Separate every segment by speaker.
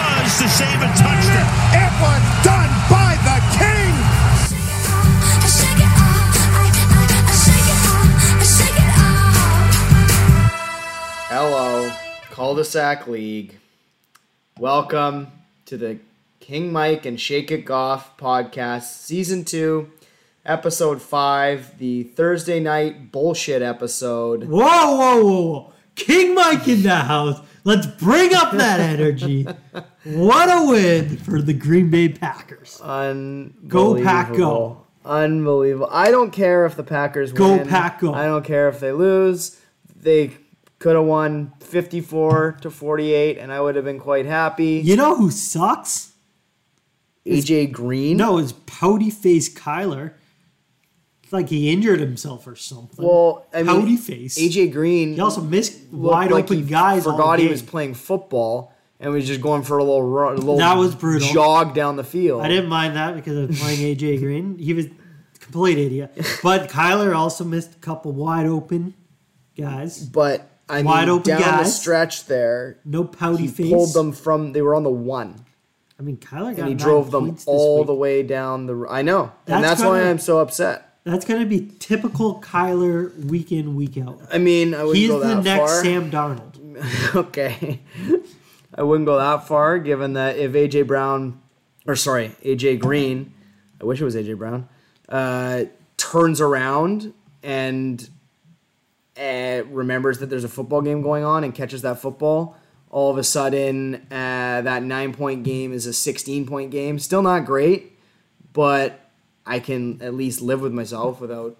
Speaker 1: save and touched it.
Speaker 2: It was done by the King.
Speaker 3: Hello, cul-de-sac league. Welcome to the King Mike and Shake It Golf podcast, season two, episode five, the Thursday night bullshit episode.
Speaker 4: Whoa, whoa, whoa, whoa. King Mike in the house. Let's bring up that energy. what a win for the Green Bay Packers.
Speaker 3: Unbelievable.
Speaker 4: Pack, go.
Speaker 3: Unbelievable. I don't care if the Packers
Speaker 4: Go,
Speaker 3: win.
Speaker 4: Pack, go.
Speaker 3: I don't care if they lose. They could have won 54 to 48, and I would have been quite happy.
Speaker 4: You know who sucks?
Speaker 3: AJ Green.
Speaker 4: No, it's pouty face Kyler. It's like he injured himself or something.
Speaker 3: Well, I mean,
Speaker 4: pouty face.
Speaker 3: AJ Green.
Speaker 4: he also missed
Speaker 3: looked
Speaker 4: wide
Speaker 3: like
Speaker 4: open
Speaker 3: he
Speaker 4: guys. all
Speaker 3: Forgot he
Speaker 4: game.
Speaker 3: was playing football and was just going for a little run, a little
Speaker 4: That was brutal.
Speaker 3: jog down the field.
Speaker 4: I didn't mind that because I was playing AJ Green. He was a complete idiot. But Kyler also missed a couple wide open guys.
Speaker 3: but I
Speaker 4: Wide
Speaker 3: mean,
Speaker 4: open
Speaker 3: down the
Speaker 4: guys.
Speaker 3: stretch there,
Speaker 4: No pouty
Speaker 3: he
Speaker 4: face.
Speaker 3: pulled them from. They were on the one,
Speaker 4: I mean, Kyler got
Speaker 3: and he
Speaker 4: nine
Speaker 3: drove them
Speaker 4: points this
Speaker 3: all
Speaker 4: week.
Speaker 3: the way down the. I know, and that's
Speaker 4: That's
Speaker 3: why
Speaker 4: kinda-
Speaker 3: I'm so upset.
Speaker 4: That's going to be typical Kyler week in, week out.
Speaker 3: I mean, I wouldn't
Speaker 4: He's
Speaker 3: go
Speaker 4: the
Speaker 3: that
Speaker 4: next
Speaker 3: far.
Speaker 4: Sam Darnold.
Speaker 3: okay. I wouldn't go that far, given that if AJ Brown, or sorry, AJ Green, I wish it was AJ Brown, uh, turns around and uh, remembers that there's a football game going on and catches that football, all of a sudden uh, that nine point game is a 16 point game. Still not great, but I can at least live with myself without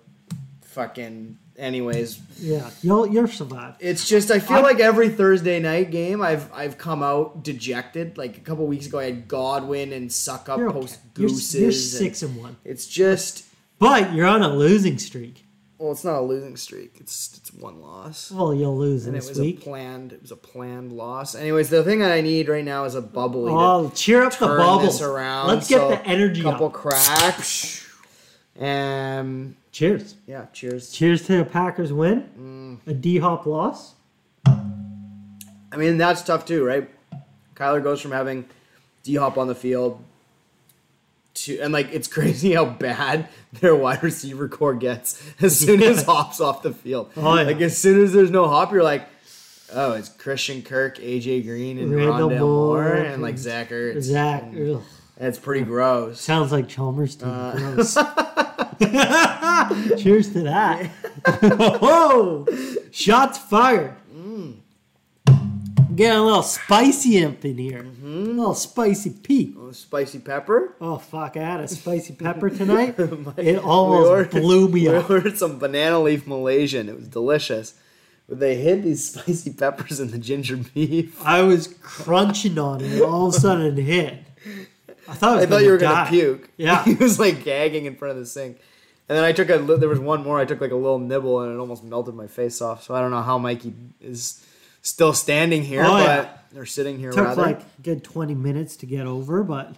Speaker 3: fucking. Anyways,
Speaker 4: Yeah, you'll you'll survive.
Speaker 3: it's just I feel
Speaker 4: I'm-
Speaker 3: like every Thursday night game I've I've come out dejected. Like a couple weeks ago I had Godwin and suck up
Speaker 4: You're okay.
Speaker 3: post
Speaker 4: You're-
Speaker 3: gooses.
Speaker 4: You're,
Speaker 3: and-
Speaker 4: six and one,
Speaker 3: It's just
Speaker 4: but you're on a losing streak.
Speaker 3: well, it's not a losing streak. It's it's one loss.
Speaker 4: Well, you'll lose
Speaker 3: And it
Speaker 4: this
Speaker 3: was a
Speaker 4: week.
Speaker 3: planned it was a planned loss. Anyways, the thing that I need right now is a bubbly.
Speaker 4: Oh, cheer up
Speaker 3: to
Speaker 4: the
Speaker 3: turn
Speaker 4: bubbles!
Speaker 3: this around.
Speaker 4: Let's get
Speaker 3: So,
Speaker 4: the energy
Speaker 3: Couple
Speaker 4: up.
Speaker 3: cracks. Um
Speaker 4: Cheers!
Speaker 3: yeah, cheers.
Speaker 4: Cheers to the Packers win,
Speaker 3: Mm.
Speaker 4: a D Hop loss.
Speaker 3: I mean, that's tough too, right? Kyler goes from having D Hop on the field to, and like it's crazy how bad their wide receiver core gets as soon as Hop's off the field.
Speaker 4: Oh, yeah.
Speaker 3: Like as soon as there's no Hop, you're like, oh, it's Christian Kirk, AJ Green, and
Speaker 4: Randall
Speaker 3: Rondell Moore,
Speaker 4: Moore
Speaker 3: and like
Speaker 4: and
Speaker 3: Zach Ertz.
Speaker 4: Zach,
Speaker 3: And
Speaker 4: ugh,
Speaker 3: It's pretty gross.
Speaker 4: sounds like Chalmers team.
Speaker 3: Uh,
Speaker 4: Gross. Cheers to that! Whoa! Shots fired.
Speaker 3: Mm.
Speaker 4: Getting a little spicy up in here.
Speaker 3: Mm-hmm.
Speaker 4: A little spicy peak.
Speaker 3: Spicy pepper.
Speaker 4: Oh fuck! I had a spicy pepper tonight. it
Speaker 3: We
Speaker 4: almost
Speaker 3: ordered-
Speaker 4: blew me
Speaker 3: we
Speaker 4: up.
Speaker 3: ordered some banana leaf Malaysian. It was delicious. But they hid these spicy peppers in the ginger beef.
Speaker 4: I was crunching on it. and All of a sudden, it hit. I thought I, was
Speaker 3: I thought you were gonna
Speaker 4: die.
Speaker 3: puke.
Speaker 4: Yeah.
Speaker 3: he was like gagging in front of the sink. And then I took a li- there was one more. I took like a little nibble and it almost melted my face off. So I don't know how Mikey is still standing here,
Speaker 4: Oh,
Speaker 3: but
Speaker 4: yeah.
Speaker 3: they're sitting here.
Speaker 4: Took
Speaker 3: rather.
Speaker 4: like a good twenty minutes to get over, but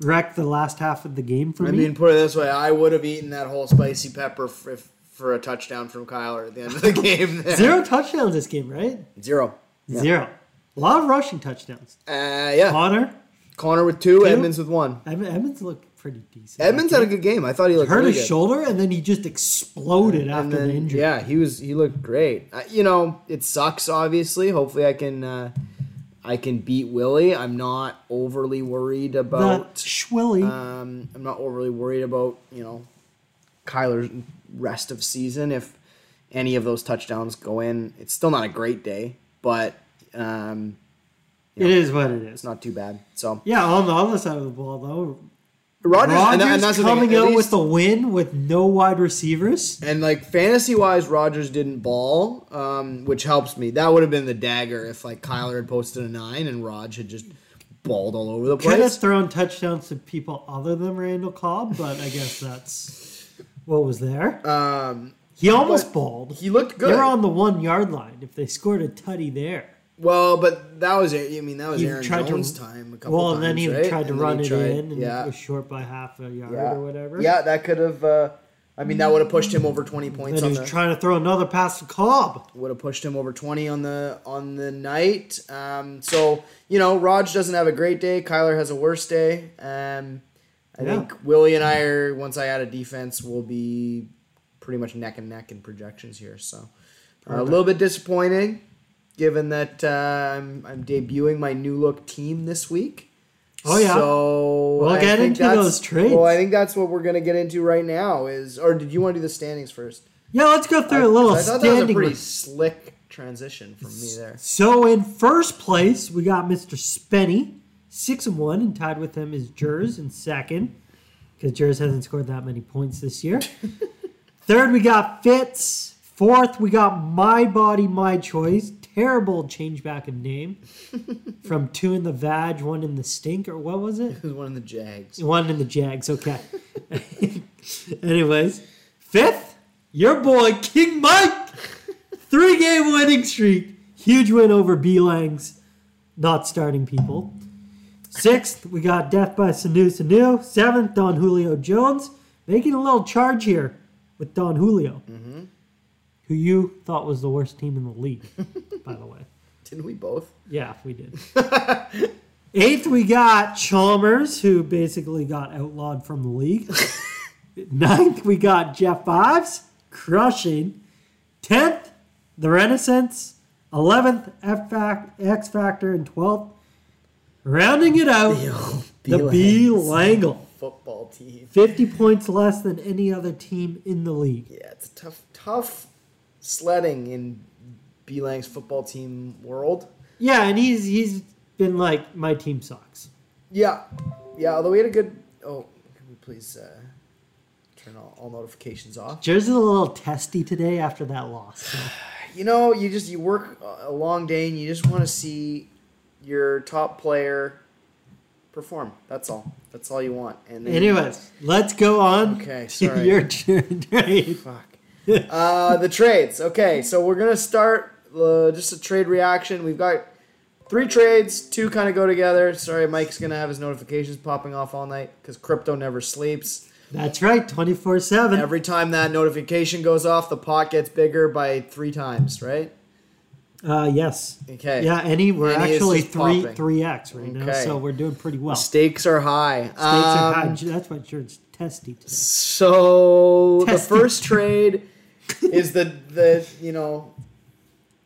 Speaker 4: wrecked the last half of the game for
Speaker 3: I
Speaker 4: me.
Speaker 3: mean, put it this way: I would have eaten that whole spicy pepper f- if, for a touchdown from Kyler at the end of the game. there.
Speaker 4: Zero touchdowns this game, right?
Speaker 3: Zero. Yeah.
Speaker 4: Zero. A lot of rushing touchdowns.
Speaker 3: Uh, yeah,
Speaker 4: Connor,
Speaker 3: Connor with two, Edmonds with one.
Speaker 4: Em- Edmonds looked pretty decent.
Speaker 3: Edmonds had a good game. I thought he looked
Speaker 4: hurt
Speaker 3: really
Speaker 4: his
Speaker 3: good.
Speaker 4: shoulder and then he just exploded
Speaker 3: And
Speaker 4: after the
Speaker 3: then,
Speaker 4: injury.
Speaker 3: Yeah, he was. He looked great. I, you know, it sucks. Obviously, hopefully, I can. Uh, I can beat Willie. I'm not overly worried
Speaker 4: the
Speaker 3: about.
Speaker 4: Schwilly.
Speaker 3: Um, I'm not overly worried about you know, Kyler's rest of season. If any of those touchdowns go in, it's still not a great day, but um,
Speaker 4: it is what it
Speaker 3: it's
Speaker 4: is.
Speaker 3: not too bad. So
Speaker 4: Yeah, on the other side of the ball though,
Speaker 3: Rogers,
Speaker 4: Rodgers
Speaker 3: and, that- and that's the thing,
Speaker 4: coming
Speaker 3: at
Speaker 4: out
Speaker 3: least-
Speaker 4: with the win with no wide receivers.
Speaker 3: And like fantasy wise, Rogers didn't ball, um, which helps me. That would have been the dagger if like Kyler had posted a nine and Raj had just balled all over the
Speaker 4: Could have
Speaker 3: place.
Speaker 4: thrown touchdowns to people other than Randall Cobb, but I guess that's what was there.
Speaker 3: Um,
Speaker 4: He almost balled.
Speaker 3: he looked good.
Speaker 4: They're on the one yard line. If they scored a tutty there,
Speaker 3: well, but that was it. I mean, that was
Speaker 4: he
Speaker 3: Aaron
Speaker 4: tried
Speaker 3: Jones'
Speaker 4: to
Speaker 3: time a couple
Speaker 4: well,
Speaker 3: times.
Speaker 4: and then he
Speaker 3: right?
Speaker 4: tried to
Speaker 3: And then
Speaker 4: run
Speaker 3: he
Speaker 4: it
Speaker 3: tried-
Speaker 4: in, and
Speaker 3: yeah,
Speaker 4: it was short by half a yard
Speaker 3: yeah,
Speaker 4: or whatever.
Speaker 3: Yeah, that could have. Uh, I mean, that would have pushed him over 20 points
Speaker 4: And
Speaker 3: on
Speaker 4: he's
Speaker 3: the
Speaker 4: trying to throw another pass to Cobb.
Speaker 3: would have pushed him over 20 on the on the night. Um, so you know, Raj doesn't have a great day. Kyler has a worse day. Um, I
Speaker 4: Yeah.
Speaker 3: think Willie and I are once I add a defense, we'll be pretty much neck and neck in projections here. So uh, a little bit disappointing, given that uh, I'm I'm debuting my new look team this week.
Speaker 4: Oh, yeah.
Speaker 3: So
Speaker 4: We'll
Speaker 3: I
Speaker 4: get
Speaker 3: think
Speaker 4: into
Speaker 3: that's-
Speaker 4: those trades.
Speaker 3: Well, I think that's what we're gonna get into right now. Is or did you want to do the standings first?
Speaker 4: Yeah, let's go through a little
Speaker 3: I thought that was a
Speaker 4: standing.
Speaker 3: pretty
Speaker 4: list.
Speaker 3: slick transition from me there.
Speaker 4: So in first place, we got Mr. Spenny, six and one, and tied with him is Jers in second, because Jers hasn't scored that many points this year. Third, we got Fitz. Fourth, we got My Body, My Choice. Terrible change back of name from two in the Vag, one in the Stink, or what was it?
Speaker 3: Who's one of the Jags?
Speaker 4: One in the Jags, okay. Anyways, fifth, your boy King Mike, three game winning streak, huge win over Belang's not starting people. Sixth, we got death by Sanu Sanu. Seventh, Don Julio Jones making a little charge here with Don Julio, who you thought was the worst team in the league, by the way.
Speaker 3: Didn't we both?
Speaker 4: Yeah, we did. Eighth, we got Chalmers, who basically got outlawed from the league. Ninth, we got Jeff Ives, crushing. Tenth, the Renaissance. Eleventh, F Fac- X Factor, and twelfth, rounding it out, the B Langle.
Speaker 3: football team.
Speaker 4: Fifty points less than any other team in the league.
Speaker 3: Yeah, it's a tough, tough sledding in B Lang's football team world.
Speaker 4: Yeah, and he's he's been like, my team sucks.
Speaker 3: Yeah, yeah. Although we had a good. Oh, can we please uh, turn all, all notifications off?
Speaker 4: Jers is a little testy today after that loss. so.
Speaker 3: You know, you just you work a- a long day and you just want to see your top player perform. That's all. That's all you want. And then-
Speaker 4: Anyways, let's go on
Speaker 3: Okay,
Speaker 4: to
Speaker 3: sorry.
Speaker 4: your trade.
Speaker 3: Fuck. uh, the trades. Okay, so we're gonna start uh, just a trade reaction. We've got three trades. Two kind of go together. Sorry, Mike's gonna have his notifications popping off all night because crypto never sleeps.
Speaker 4: That's right, 24 7.
Speaker 3: Every time that notification goes off, the pot gets bigger by three times. Right?
Speaker 4: Uh, yes.
Speaker 3: Okay.
Speaker 4: Yeah, any, we're
Speaker 3: Any is
Speaker 4: actually
Speaker 3: just
Speaker 4: 3
Speaker 3: popping.
Speaker 4: 3x right now,
Speaker 3: Okay.
Speaker 4: so we're doing pretty well. States
Speaker 3: Stakes are high.
Speaker 4: are
Speaker 3: Um,
Speaker 4: high. That's why Jared's testy today.
Speaker 3: So the
Speaker 4: Testing.
Speaker 3: first trade is the the you know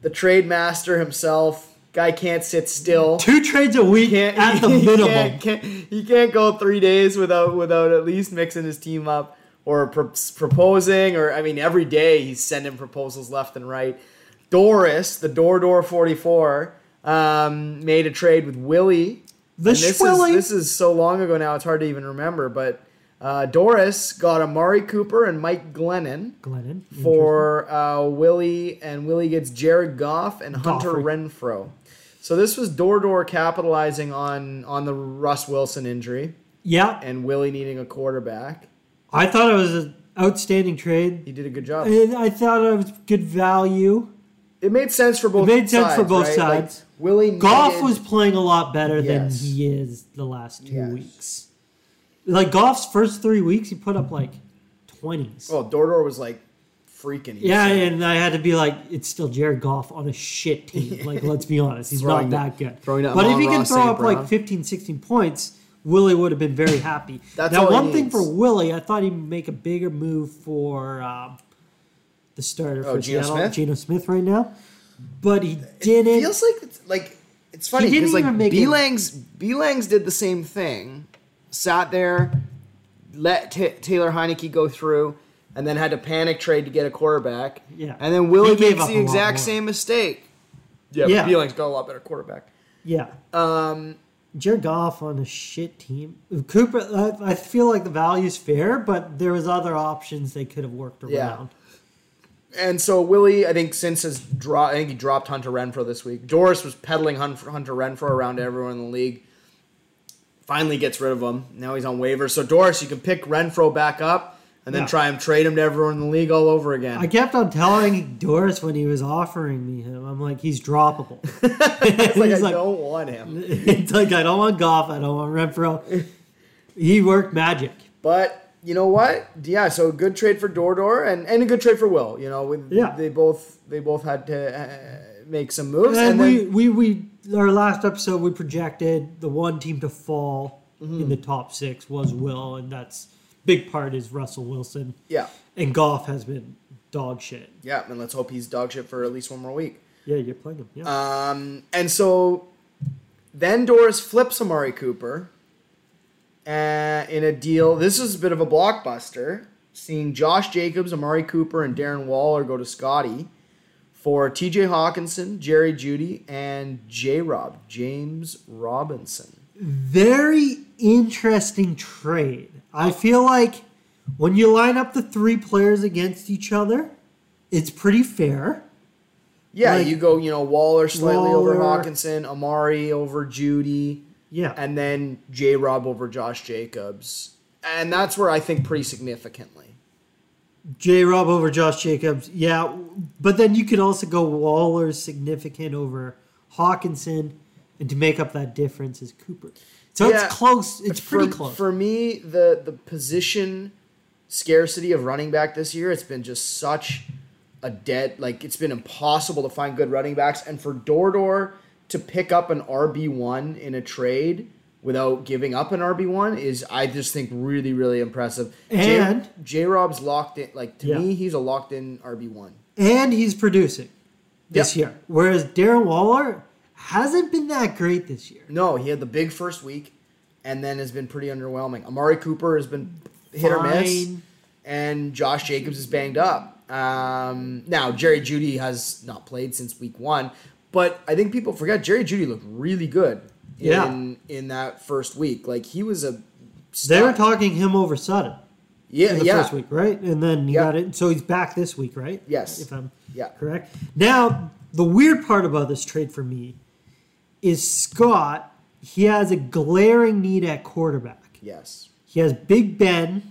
Speaker 3: the trade master himself. Guy can't sit still.
Speaker 4: Two trades a week
Speaker 3: can't
Speaker 4: at the
Speaker 3: he
Speaker 4: minimum.
Speaker 3: Can't, can't, he can't go three days without without at least mixing his team up or pro- proposing or I mean every day he's sending proposals left and right. Doris, the door door forty four, um, made a trade with Willie.
Speaker 4: The
Speaker 3: And this
Speaker 4: Schwilly.
Speaker 3: is this is so long ago now; it's hard to even remember. But uh, Doris got Amari Cooper and Mike Glennon
Speaker 4: Glennon.
Speaker 3: for uh, Willie, and Willie gets Jared Goff and Hunter
Speaker 4: Goffrey.
Speaker 3: Renfro. So this was door door capitalizing on on the Russ Wilson injury
Speaker 4: Yeah,
Speaker 3: and Willie needing a quarterback.
Speaker 4: I thought it was an outstanding trade.
Speaker 3: He did a good job.
Speaker 4: And I thought it was good value.
Speaker 3: It made sense for both.
Speaker 4: made sense
Speaker 3: sides,
Speaker 4: for both
Speaker 3: right? Like,
Speaker 4: sides.
Speaker 3: Willie
Speaker 4: Golf
Speaker 3: needed-
Speaker 4: was playing a lot better
Speaker 3: Yes.
Speaker 4: than he is the last two
Speaker 3: Yes.
Speaker 4: weeks. Like Golf's first three weeks, he put up like twenties.
Speaker 3: Oh, door door was like freaking.
Speaker 4: yeah,
Speaker 3: easy.
Speaker 4: and I had to be like, it's still Jared Goff on a shit team. Like, let's be honest, he's
Speaker 3: Throwing that-
Speaker 4: not that good.
Speaker 3: throwing that
Speaker 4: but if
Speaker 3: Amon
Speaker 4: he can
Speaker 3: Ross
Speaker 4: throw
Speaker 3: St.
Speaker 4: up like
Speaker 3: Brown.
Speaker 4: 15, 16 points, Willie would have been very happy.
Speaker 3: That's
Speaker 4: now,
Speaker 3: all he
Speaker 4: one thing
Speaker 3: needs.
Speaker 4: for Willie, I thought he'd make a bigger move for um, the starter
Speaker 3: Oh,
Speaker 4: for
Speaker 3: Geno
Speaker 4: Seattle,
Speaker 3: Smith?
Speaker 4: Geno Smith, right now. But he didn't.
Speaker 3: feels like it's, like it's funny
Speaker 4: didn't
Speaker 3: because like
Speaker 4: even make it-
Speaker 3: Belang's Belang's did the same thing, sat there, let Ta Taylor Heineke go through, and then had to panic trade to get a quarterback.
Speaker 4: Yeah.
Speaker 3: and then Willie
Speaker 4: He gave
Speaker 3: makes
Speaker 4: up a
Speaker 3: the
Speaker 4: lot
Speaker 3: exact
Speaker 4: more.
Speaker 3: same mistake. Yeah,
Speaker 4: Yeah.
Speaker 3: but Belang's got a lot better quarterback.
Speaker 4: Yeah. Um, Jared Goff on a shit team. Cooper, uh, I, I feel like the value's fair, but there was other options they could have worked around.
Speaker 3: Yeah. And so Willie, I think since has draw, I think he dropped Hunter Renfro this week. Doris was peddling Hun- Hunter Renfro around to everyone in the league. Finally gets rid of him. Now he's on waivers. So Doris, you can pick Renfro back up and then
Speaker 4: Yeah.
Speaker 3: try and trade him to everyone in the league all over again.
Speaker 4: I kept on telling Doris when he was offering me him, I'm like, he's droppable.
Speaker 3: it's like I
Speaker 4: he's like-
Speaker 3: don't want him.
Speaker 4: it's like I don't want Goff, I don't want Renfro. He worked magic.
Speaker 3: But you know what? Yeah, so good trade for Dordor and, and a good trade for Will. You know, with
Speaker 4: Yeah.
Speaker 3: they both they both had to uh, make some moves.
Speaker 4: And,
Speaker 3: And,
Speaker 4: we,
Speaker 3: then,
Speaker 4: we, we, our last episode, we projected the one team to fall
Speaker 3: Mm-hmm.
Speaker 4: in the top six was Will, and that's big part is Russell Wilson.
Speaker 3: yeah,
Speaker 4: And golf has been dog shit.
Speaker 3: yeah, and let's hope he's dog shit for at least one more week.
Speaker 4: Yeah, you're playing him. Yeah.
Speaker 3: Um, and so then Doris flips Amari Cooper uh, in a deal. This is a bit of a blockbuster. Seeing Josh Jacobs, Amari Cooper, and Darren Waller go to Scotty for TJ Hawkinson, Jerry Judy, and J Rob, James Robinson.
Speaker 4: Very interesting trade. I feel like when you line up the three players against each other, it's pretty fair.
Speaker 3: Yeah,
Speaker 4: Like-
Speaker 3: you go, you know, Waller slightly over
Speaker 4: Waller.
Speaker 3: Hawkinson, Amari over Judy.
Speaker 4: Yeah.
Speaker 3: and then J Rob over Josh Jacobs. And that's where I think pretty significantly.
Speaker 4: J Rob over Josh Jacobs. Yeah. But then you could also go Waller significant over Hawkinson. And to make up that difference is Cooper. So
Speaker 3: Yeah.
Speaker 4: it's close. It's
Speaker 3: for,
Speaker 4: pretty close.
Speaker 3: For me, the the position scarcity of running back this year, it's been just such a dead like it's been impossible to find good running backs. And for Dordor to pick up an RB one in a trade without giving up an RB one is I just think really, really impressive. J-
Speaker 4: And-
Speaker 3: J Rob's locked in like to
Speaker 4: Yeah.
Speaker 3: me, he's a locked in RB one.
Speaker 4: and he's producing this
Speaker 3: Yeah.
Speaker 4: year. Whereas Darren Waller hasn't been that great this year.
Speaker 3: No, he had the big first week, and then has been pretty underwhelming. Amari Cooper has been hit or miss,
Speaker 4: Fine.
Speaker 3: and Josh Jacobs is banged up. Um, now Jerry Judy has not played since week one, but I think people forget Jerry Judy looked really good. In,
Speaker 4: Yeah.
Speaker 3: in that first week, like he was a.
Speaker 4: They were
Speaker 3: stud.
Speaker 4: talking him over Sutton
Speaker 3: Yeah,
Speaker 4: in the
Speaker 3: yeah,
Speaker 4: first week, right? And then he
Speaker 3: Yeah.
Speaker 4: got it. So he's back this week, right?
Speaker 3: Yes.
Speaker 4: If I'm
Speaker 3: yeah.
Speaker 4: correct. Now, the weird part about this trade for me is Scott, he has a glaring need at quarterback.
Speaker 3: Yes.
Speaker 4: He has Big Ben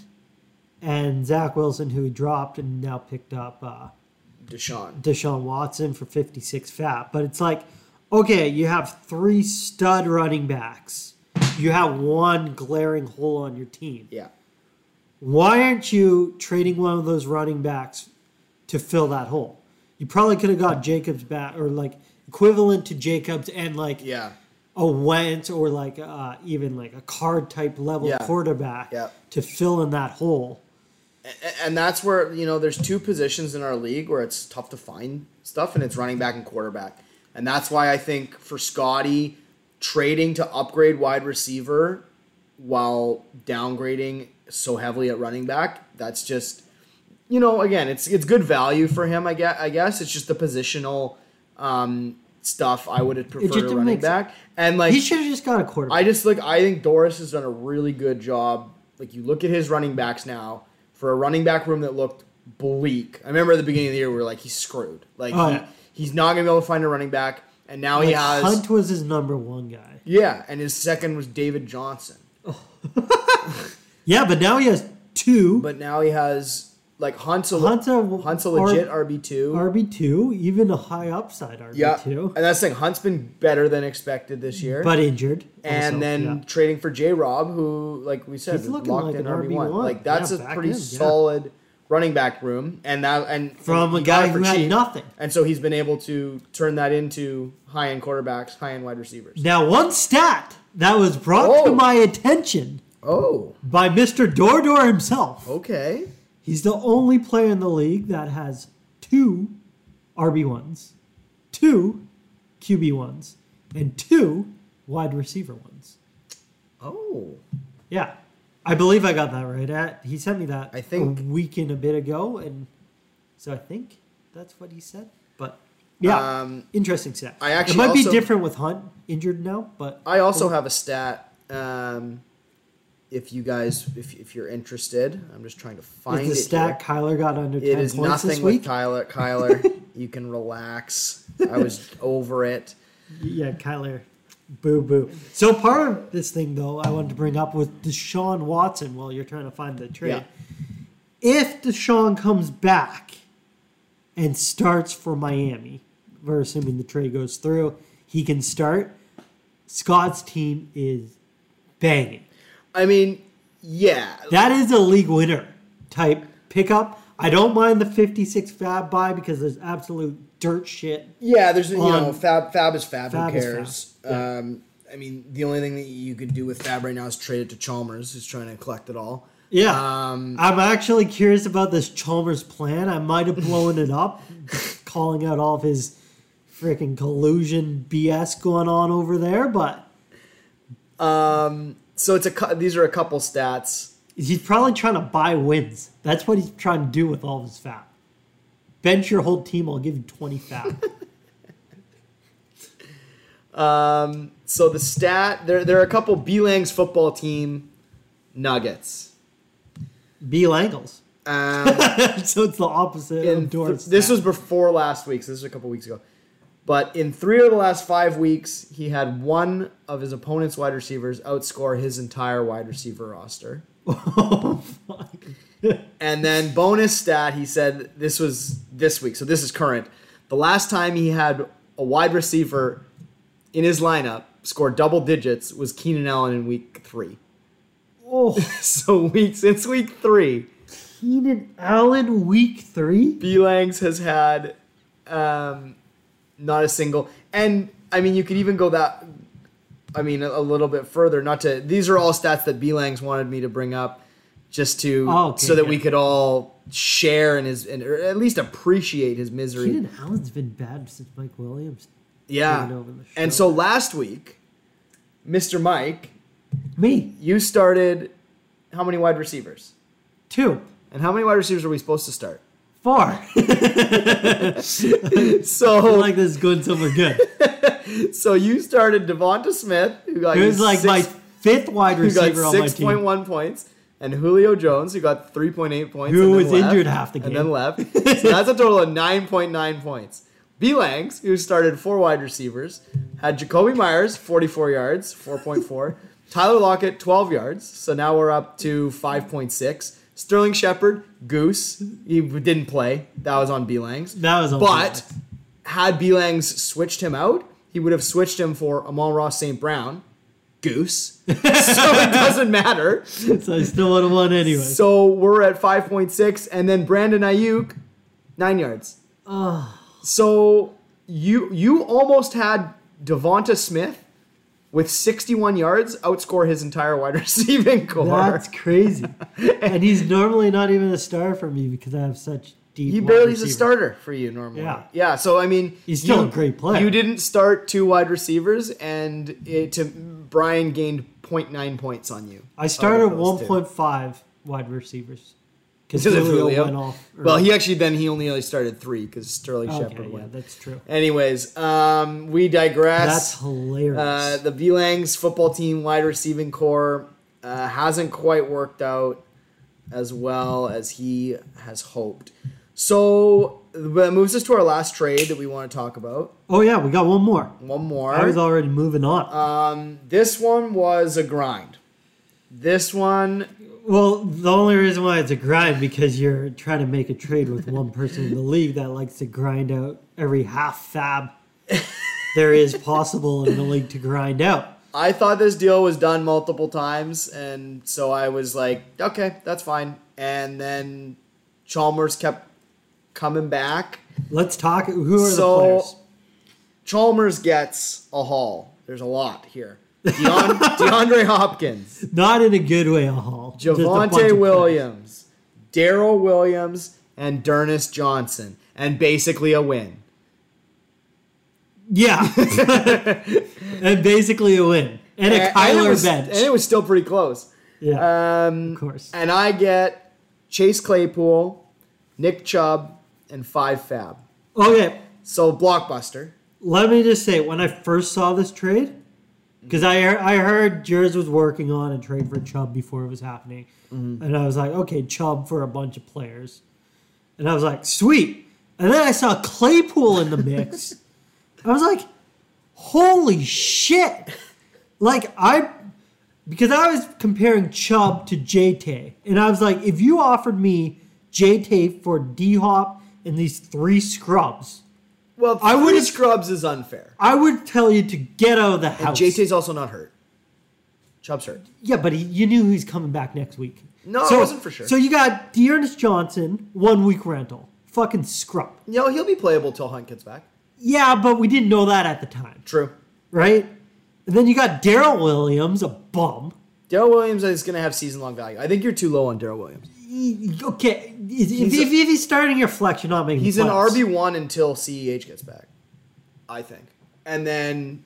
Speaker 4: and Zach Wilson, who he dropped and now picked up uh,
Speaker 3: Deshaun.
Speaker 4: Deshaun Watson for 56 fat. But it's like, okay, you have three stud running backs. You have one glaring hole on your team.
Speaker 3: Yeah.
Speaker 4: Why aren't you trading one of those running backs to fill that hole? You probably could have got Jacobs back or like equivalent to Jacobs and like
Speaker 3: Yeah.
Speaker 4: a Wentz or like uh, even like a card type level
Speaker 3: Yeah.
Speaker 4: quarterback
Speaker 3: Yeah.
Speaker 4: to fill in that hole.
Speaker 3: A- and that's where you know there's two positions in our league where it's tough to find stuff and it's running back and quarterback and that's why i think for scotty trading to upgrade wide receiver while downgrading so heavily at running back that's just you know again it's it's good value for him i guess, I guess. it's just the positional um, stuff i would have preferred
Speaker 4: just
Speaker 3: a
Speaker 4: didn't
Speaker 3: running
Speaker 4: make sense.
Speaker 3: back and like
Speaker 4: He should have just got a quarterback.
Speaker 3: I just like I think Doris has done a really good job. Like you look at his running backs now for a running back room that looked bleak. I remember at the beginning of the year we were like he's screwed. Like
Speaker 4: Oh,
Speaker 3: he,
Speaker 4: yeah.
Speaker 3: he's not gonna be able to find a running back. And now he
Speaker 4: Like,
Speaker 3: has
Speaker 4: Hunt was his number one guy.
Speaker 3: yeah, and his second was David Johnson.
Speaker 4: Yeah, but now he has two.
Speaker 3: But now he has like Hunt's a
Speaker 4: Hunt's a-
Speaker 3: Hunt's a
Speaker 4: R-
Speaker 3: legit RB two.
Speaker 4: RB two, even a high upside RB
Speaker 3: yeah,
Speaker 4: two,
Speaker 3: and that's the thing. Hunt's been better than expected this year.
Speaker 4: but injured.
Speaker 3: and
Speaker 4: also,
Speaker 3: then
Speaker 4: yeah.
Speaker 3: trading for J Rob, who, like we said,
Speaker 4: He's
Speaker 3: locked
Speaker 4: looking like
Speaker 3: in
Speaker 4: an
Speaker 3: RB one.
Speaker 4: RB1.
Speaker 3: Like that's
Speaker 4: Yeah,
Speaker 3: a
Speaker 4: back
Speaker 3: pretty
Speaker 4: end, yeah.
Speaker 3: solid running back room, and that and
Speaker 4: from a
Speaker 3: he got
Speaker 4: guy
Speaker 3: it for
Speaker 4: who had
Speaker 3: cheap.
Speaker 4: nothing.
Speaker 3: And so he's been able to turn that into high end quarterbacks, high end wide receivers.
Speaker 4: Now, one stat that was brought
Speaker 3: Oh.
Speaker 4: to my attention
Speaker 3: Oh,
Speaker 4: by Mr. Dordor himself.
Speaker 3: okay.
Speaker 4: He's the only player in the league that has two RB1s, two QB1s, and two wide receiver ones.
Speaker 3: Oh,
Speaker 4: Yeah. I believe I got that right. At he sent me that
Speaker 3: I think-
Speaker 4: a week and a bit ago and so I think that's what he said. But yeah.
Speaker 3: Um,
Speaker 4: interesting stat.
Speaker 3: I actually
Speaker 4: It might
Speaker 3: also-
Speaker 4: be different with Hunt injured now, but
Speaker 3: I also have a stat. Um, if you guys, if, if you're interested, I'm just trying to find
Speaker 4: is
Speaker 3: it
Speaker 4: the
Speaker 3: here.
Speaker 4: stat Kyler got under
Speaker 3: It
Speaker 4: ten
Speaker 3: is
Speaker 4: points this
Speaker 3: nothing with
Speaker 4: week?
Speaker 3: Kyler. Kyler, you can relax. I was over it.
Speaker 4: Yeah, Kyler. Boo boo. So part of this thing though I wanted to bring up was Deshaun Watson while you're trying to find the trade. If Deshaun comes back and starts for Miami, we're assuming the trade goes through, he can start. Scott's team is banging.
Speaker 3: I mean, Yeah.
Speaker 4: That is a league winner type pickup. I don't mind the 56 Fab buy because there's absolute dirt shit.
Speaker 3: Yeah, there's you
Speaker 4: On-
Speaker 3: know Fab Fab is Fab.
Speaker 4: Um, Fab
Speaker 3: who
Speaker 4: is
Speaker 3: cares?
Speaker 4: Fab, yeah.
Speaker 3: Um, I mean, the only thing that you could do with Fab right now is trade it to Chalmers, who's trying to collect it all.
Speaker 4: Yeah.
Speaker 3: Um,
Speaker 4: I'm actually curious about this Chalmers plan. I might have blown it up, calling out all of his freaking collusion BS going on over there, but
Speaker 3: so it's a cou- these are a couple stats.
Speaker 4: he's probably trying to buy wins. That's what he's trying to do with all of his Fab. Bench your whole team, I'll give you 20 Fab.
Speaker 3: So the stat there there are a couple Belang's football team Nuggets.
Speaker 4: B Langles.
Speaker 3: Um,
Speaker 4: so it's the opposite
Speaker 3: in
Speaker 4: of Doris.
Speaker 3: th- this was before last week, so this is a couple weeks ago. But in three of the last five weeks, he had one of his opponent's wide receivers outscore his entire wide receiver roster.
Speaker 4: oh, fuck.
Speaker 3: And then bonus stat, he said this was this week, so this is current. The last time he had a wide receiver in his lineup score double digits was Keenan Allen in week three.
Speaker 4: Oh,
Speaker 3: So week since week three,
Speaker 4: Keenan Allen, week three?
Speaker 3: Belangs has had um, not a single. And I mean, you could even go that. I mean, a, a little bit further. Not to. These are all stats that Belangs wanted me to bring up, just to
Speaker 4: Oh, okay,
Speaker 3: so that
Speaker 4: yeah.
Speaker 3: we could all share in his and or at least appreciate his misery.
Speaker 4: Keenan Allen's been bad since Mike Williams.
Speaker 3: yeah.
Speaker 4: Taking over the
Speaker 3: And
Speaker 4: show.
Speaker 3: so last week, Mr. Mike,
Speaker 4: Me,
Speaker 3: you started how many wide receivers?
Speaker 4: two,
Speaker 3: And how many wide receivers are we supposed to start?
Speaker 4: four.
Speaker 3: So
Speaker 4: like this is going somewhere good.
Speaker 3: So you started Devonta Smith, who got you
Speaker 4: Here's like
Speaker 3: six,
Speaker 4: my fifth wide
Speaker 3: who got
Speaker 4: receiver on my
Speaker 3: six point
Speaker 4: team.
Speaker 3: one points, and Julio Jones, who got three point eight points,
Speaker 4: Who
Speaker 3: and then
Speaker 4: was
Speaker 3: left,
Speaker 4: injured half the
Speaker 3: and
Speaker 4: game.
Speaker 3: then left. So that's a total of nine point nine points. Belangs, who started four wide receivers, had Jacoby Myers forty four yards, four point four. Tyler Lockett twelve yards, so now we're up to five point six. Sterling Shepard, Goose, he didn't play. That was on Belangs.
Speaker 4: That was on
Speaker 3: but
Speaker 4: Belangs.
Speaker 3: had Belangs switched him out, he would have switched him for Amon Ross St. Brown, Goose. so it doesn't matter.
Speaker 4: So I still would have won anyway.
Speaker 3: So we're at 5.6, and then Brandon Ayuk, nine yards. So you you almost had Devonta Smith with 61 yards outscore his entire wide receiving core.
Speaker 4: That's crazy. and he's normally not even a star for me because I have such deep.
Speaker 3: He
Speaker 4: wide
Speaker 3: barely is a
Speaker 4: receivers.
Speaker 3: starter for you normally.
Speaker 4: Yeah.
Speaker 3: Yeah. So I mean,
Speaker 4: He's still
Speaker 3: you-
Speaker 4: a great player.
Speaker 3: You didn't start two wide receivers, and it, to Brian gained 0.9 points on you.
Speaker 4: I started
Speaker 3: out of those Oh, two.
Speaker 4: 1.5 wide receivers because
Speaker 3: Because of
Speaker 4: Julio
Speaker 3: Julio.
Speaker 4: went off.
Speaker 3: Well,
Speaker 4: early.
Speaker 3: he actually then he only really started three because Sterling
Speaker 4: okay,
Speaker 3: Shepard
Speaker 4: yeah,
Speaker 3: went.
Speaker 4: that's true.
Speaker 3: Anyways, um, we digress.
Speaker 4: That's hilarious.
Speaker 3: Uh, the Belangs football team wide receiving core uh, hasn't quite worked out as well as he has hoped. So that moves us to our last trade that we want to talk about.
Speaker 4: oh yeah, we got one more.
Speaker 3: One more.
Speaker 4: I was already moving on.
Speaker 3: this one was a grind. This one,
Speaker 4: well, the only reason why it's a grind because you're trying to make a trade with one person in the league that likes to grind out every half fab there is possible in the league to grind out.
Speaker 3: I thought this deal was done multiple times, and so I was like, okay, that's fine. And then Chalmers kept coming back.
Speaker 4: Let's talk. Who are
Speaker 3: So-
Speaker 4: the players?
Speaker 3: Chalmers gets a haul. There's a lot here. Deon- DeAndre Hopkins,
Speaker 4: Not in a good way, a haul. Just a bunch of
Speaker 3: Javante
Speaker 4: players.
Speaker 3: Williams, Daryl Williams, and Dernis Johnson, and basically a win.
Speaker 4: Yeah. and basically a win. And
Speaker 3: and
Speaker 4: a
Speaker 3: it
Speaker 4: Kyler
Speaker 3: was,
Speaker 4: bench.
Speaker 3: and it was still pretty close.
Speaker 4: yeah,
Speaker 3: Um,
Speaker 4: of course.
Speaker 3: And I get Chase Claypool, Nick Chubb, and five fab.
Speaker 4: Okay,
Speaker 3: So blockbuster.
Speaker 4: let me just say, when I first saw this trade, because I, hear- I heard Jers was working on a trade for Chubb before it was happening. And I was like, okay, Chubb for a bunch of players. And I was like, sweet. And then I saw Claypool in the mix. I was like, holy shit. Like, I, because I was comparing Chubb to JT. And I was like, if you offered me JT for D Hop and these three scrubs,
Speaker 3: Well,
Speaker 4: I
Speaker 3: I would
Speaker 4: would've-
Speaker 3: Scrubs is unfair.
Speaker 4: I would tell you to get out of the house.
Speaker 3: JT's also not hurt. Chubb's hurt.
Speaker 4: Yeah, but he, you knew he's coming back next week.
Speaker 3: No, it wasn't for sure.
Speaker 4: So you got Dearness Johnson, one week rental. Fucking scrub.
Speaker 3: You know, he'll be playable till Hunt gets back.
Speaker 4: Yeah, but we didn't know that at the time,
Speaker 3: True.
Speaker 4: right? And then you got Daryl Williams, a bum.
Speaker 3: Daryl Williams is going to have season long value. I think you're too low on Daryl Williams.
Speaker 4: He- Okay, if, if,
Speaker 3: a-
Speaker 4: if he's starting your flex, you're not making.
Speaker 3: He's an
Speaker 4: playoffs.
Speaker 3: RB1 until CEH gets back, I think. And then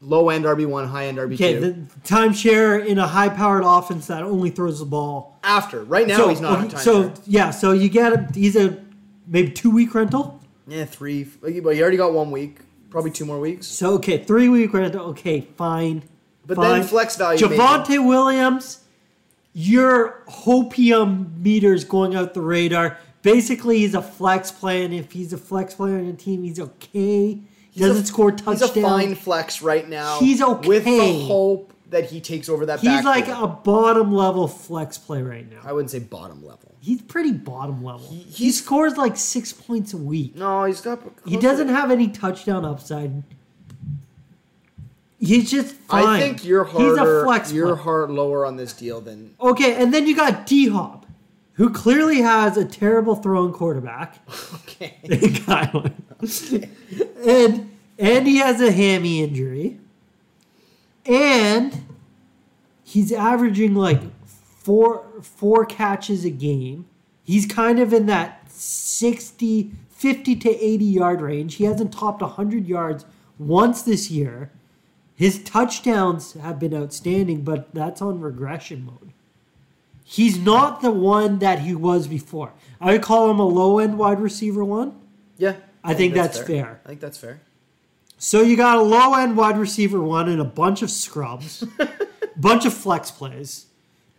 Speaker 3: low end RB1, high end RB2.
Speaker 4: Okay, the timeshare in a high-powered offense that only throws the ball.
Speaker 3: After. Right now,
Speaker 4: so
Speaker 3: he's not
Speaker 4: okay,
Speaker 3: on time. So,
Speaker 4: so yeah, so you get him. He's a maybe two-week rental.
Speaker 3: yeah, three. But he already got one week, probably two more weeks.
Speaker 4: So okay, three-week rental. Okay, fine.
Speaker 3: But
Speaker 4: fine.
Speaker 3: then flex value. maybe.
Speaker 4: Javante Williams, your hopium meter's going out the radar. Basically, he's a flex player, and if he's a flex player on your team, he's okay.
Speaker 3: He's
Speaker 4: Doesn't
Speaker 3: a-
Speaker 4: score touchdowns.
Speaker 3: He's a fine flex right now.
Speaker 4: He's
Speaker 3: With the
Speaker 4: okay.
Speaker 3: hope that he takes over that
Speaker 4: He's like
Speaker 3: backfield.
Speaker 4: a bottom level flex play right
Speaker 3: I
Speaker 4: now.
Speaker 3: wouldn't say bottom level.
Speaker 4: He's pretty bottom level. he
Speaker 3: Uh, he's-
Speaker 4: scores like six points a week.
Speaker 3: No, he's got.
Speaker 4: He doesn't have any touchdown upside. He's just fine.
Speaker 3: I think you're harder.
Speaker 4: He's a flex
Speaker 3: You're
Speaker 4: play.
Speaker 3: hard lower on this deal than
Speaker 4: Okay, and then you got D Hop, who clearly has a terrible throwing quarterback.
Speaker 3: okay.
Speaker 4: Kyler. and and he has a hammy injury. And he's averaging like four four catches a game. He's kind of in that 60 50 to 80 yard range. He hasn't topped 100 yards once this year. His touchdowns have been outstanding, but that's on regression mode. He's not the one that he was before. I would call him a low end wide receiver one.
Speaker 3: Yeah,
Speaker 4: I think that's fair.
Speaker 3: I think that's fair.
Speaker 4: So you got a low end wide receiver one and a bunch of scrubs, bunch of flex plays,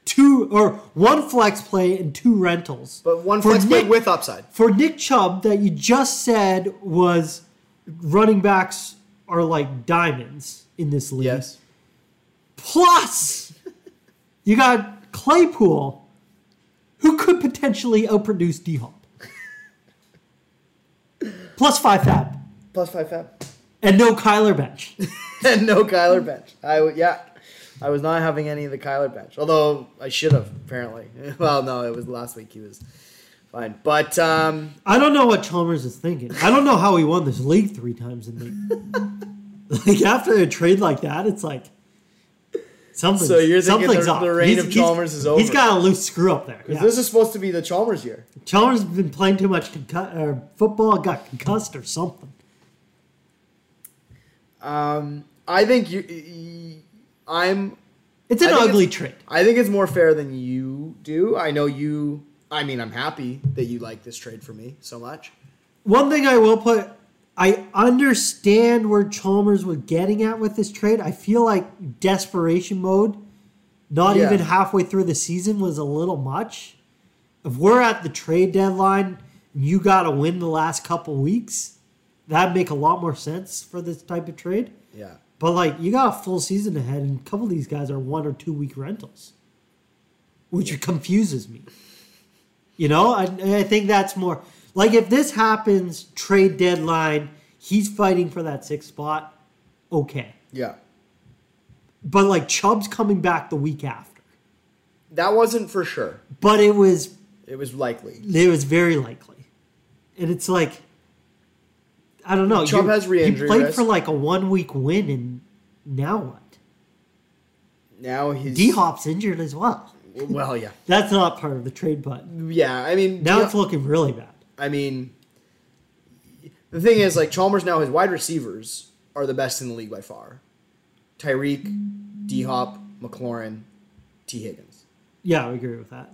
Speaker 4: two or one flex play and two rentals.
Speaker 3: But one
Speaker 4: For
Speaker 3: flex play
Speaker 4: Nick-
Speaker 3: with upside.
Speaker 4: for Nick Chubb that you just said was running backs are like diamonds in this league.
Speaker 3: Yes.
Speaker 4: Plus, you got Claypool, who could potentially outproduce D Hop. Plus five fab
Speaker 3: Plus five fab.
Speaker 4: and no Kyler bench.
Speaker 3: and no Kyler bench. I w- yeah, I was not having any of the Kyler bench, although I should have apparently. well, no, it was last week. He was fine, but um,
Speaker 4: I don't know what Chalmers is thinking. I don't know how he won this league three times in the like after a trade like that. It's like something.
Speaker 3: So you're thinking
Speaker 4: something's
Speaker 3: the-
Speaker 4: off.
Speaker 3: the reign
Speaker 4: He's-
Speaker 3: of
Speaker 4: he's-
Speaker 3: Chalmers is over.
Speaker 4: He's got a loose screw up there.
Speaker 3: 'cause
Speaker 4: Yeah.
Speaker 3: this is supposed to be the Chalmers year.
Speaker 4: Chalmers has been playing too much concu- or football, got concussed or something.
Speaker 3: Um, I think you. y- I'm.
Speaker 4: It's an
Speaker 3: I think
Speaker 4: ugly
Speaker 3: it's-
Speaker 4: trade.
Speaker 3: I think it's more fair than you do. I know you. I mean, I'm happy that you like this trade for me so much.
Speaker 4: One thing I will put, I understand where Chalmers was getting at with this trade. I feel like desperation mode, not
Speaker 3: Yeah.
Speaker 4: even halfway through the season, was a little much. If we're at the trade deadline and you got to win the last couple weeks, that'd make a lot more sense for this type of trade.
Speaker 3: Yeah.
Speaker 4: But like, you got a full season ahead, and a couple of these guys are one or two week rentals, which confuses me. You know, I, I think that's more like if this happens trade deadline, he's fighting for that sixth spot. Okay,
Speaker 3: Yeah.
Speaker 4: but like Chubb's coming back the week after,
Speaker 3: That wasn't for sure.
Speaker 4: but it was
Speaker 3: It was likely.
Speaker 4: it was very likely, and it's like I don't know.
Speaker 3: Chubb
Speaker 4: you-
Speaker 3: has re-injury
Speaker 4: You played
Speaker 3: risk.
Speaker 4: for like a one week win, and now what?
Speaker 3: Now he's
Speaker 4: D Hop's injured as well.
Speaker 3: Well, yeah,
Speaker 4: That's not part of the trade button.
Speaker 3: yeah. I mean,
Speaker 4: Now
Speaker 3: yeah,
Speaker 4: it's looking really bad.
Speaker 3: I mean, the thing is, like Chalmers now, his wide receivers are the best in the league by far. Tyreek, D Hop, McLaurin, T Higgins.
Speaker 4: Yeah, I agree with that.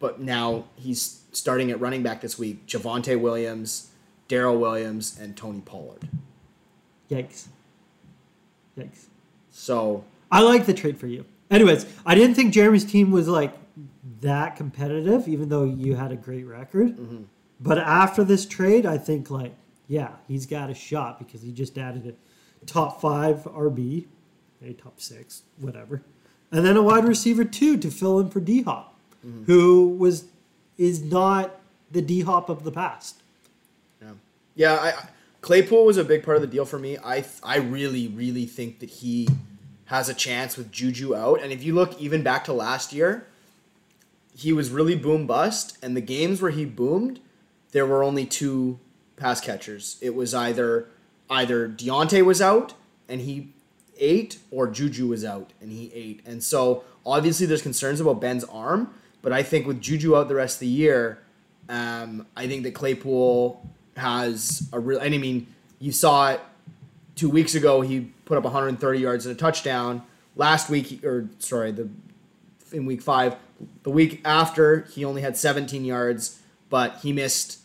Speaker 3: But now he's starting at running back this week: Javante Williams, Daryl Williams, and Tony Pollard.
Speaker 4: Yikes. Yikes.
Speaker 3: So
Speaker 4: I like the trade for you. Anyways, I didn't think Jeremy's team was like that competitive, even though you had a great record. But after this trade, I think like, yeah, he's got a shot because he just added a top five RB, a top six, whatever, and then a wide receiver two to fill in for D Hop, who was is not the D Hop of the past.
Speaker 3: Yeah, yeah. I, I- Claypool was a big part of the deal for me. I I really really think that he has a chance with Juju out. And if you look even back to last year, he was really boom bust. And the games where he boomed, there were only two pass catchers. It was either either Deontay was out and he ate, or Juju was out and he ate. And so obviously there's concerns about Ben's arm, but I think with Juju out the rest of the year, um, I think that Claypool has a real. And I mean, you saw it two weeks ago. He put up 130 yards and a touchdown. Last week, or sorry, the in week five. The week after, he only had 17 yards, but he missed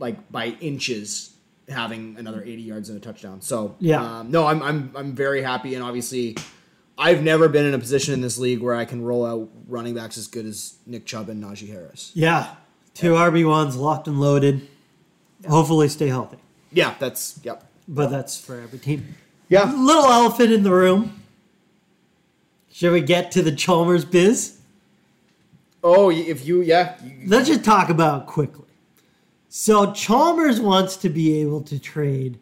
Speaker 3: like by inches, having another 80 yards and a touchdown. So
Speaker 4: Yeah.
Speaker 3: um, no, I'm I'm I'm very happy, and obviously, I've never been in a position in this league where I can roll out running backs as good as Nick Chubb and Najee Harris.
Speaker 4: Yeah. Two RB ones locked and loaded. Hopefully stay healthy.
Speaker 3: Yeah, that's yep.
Speaker 4: But that's for every team.
Speaker 3: Yeah,
Speaker 4: Little elephant in the room. Should we get to the Chalmers biz?
Speaker 3: Oh, y- if you, yeah. you-
Speaker 4: Let's just talk about it quickly. So Chalmers wants to be able to trade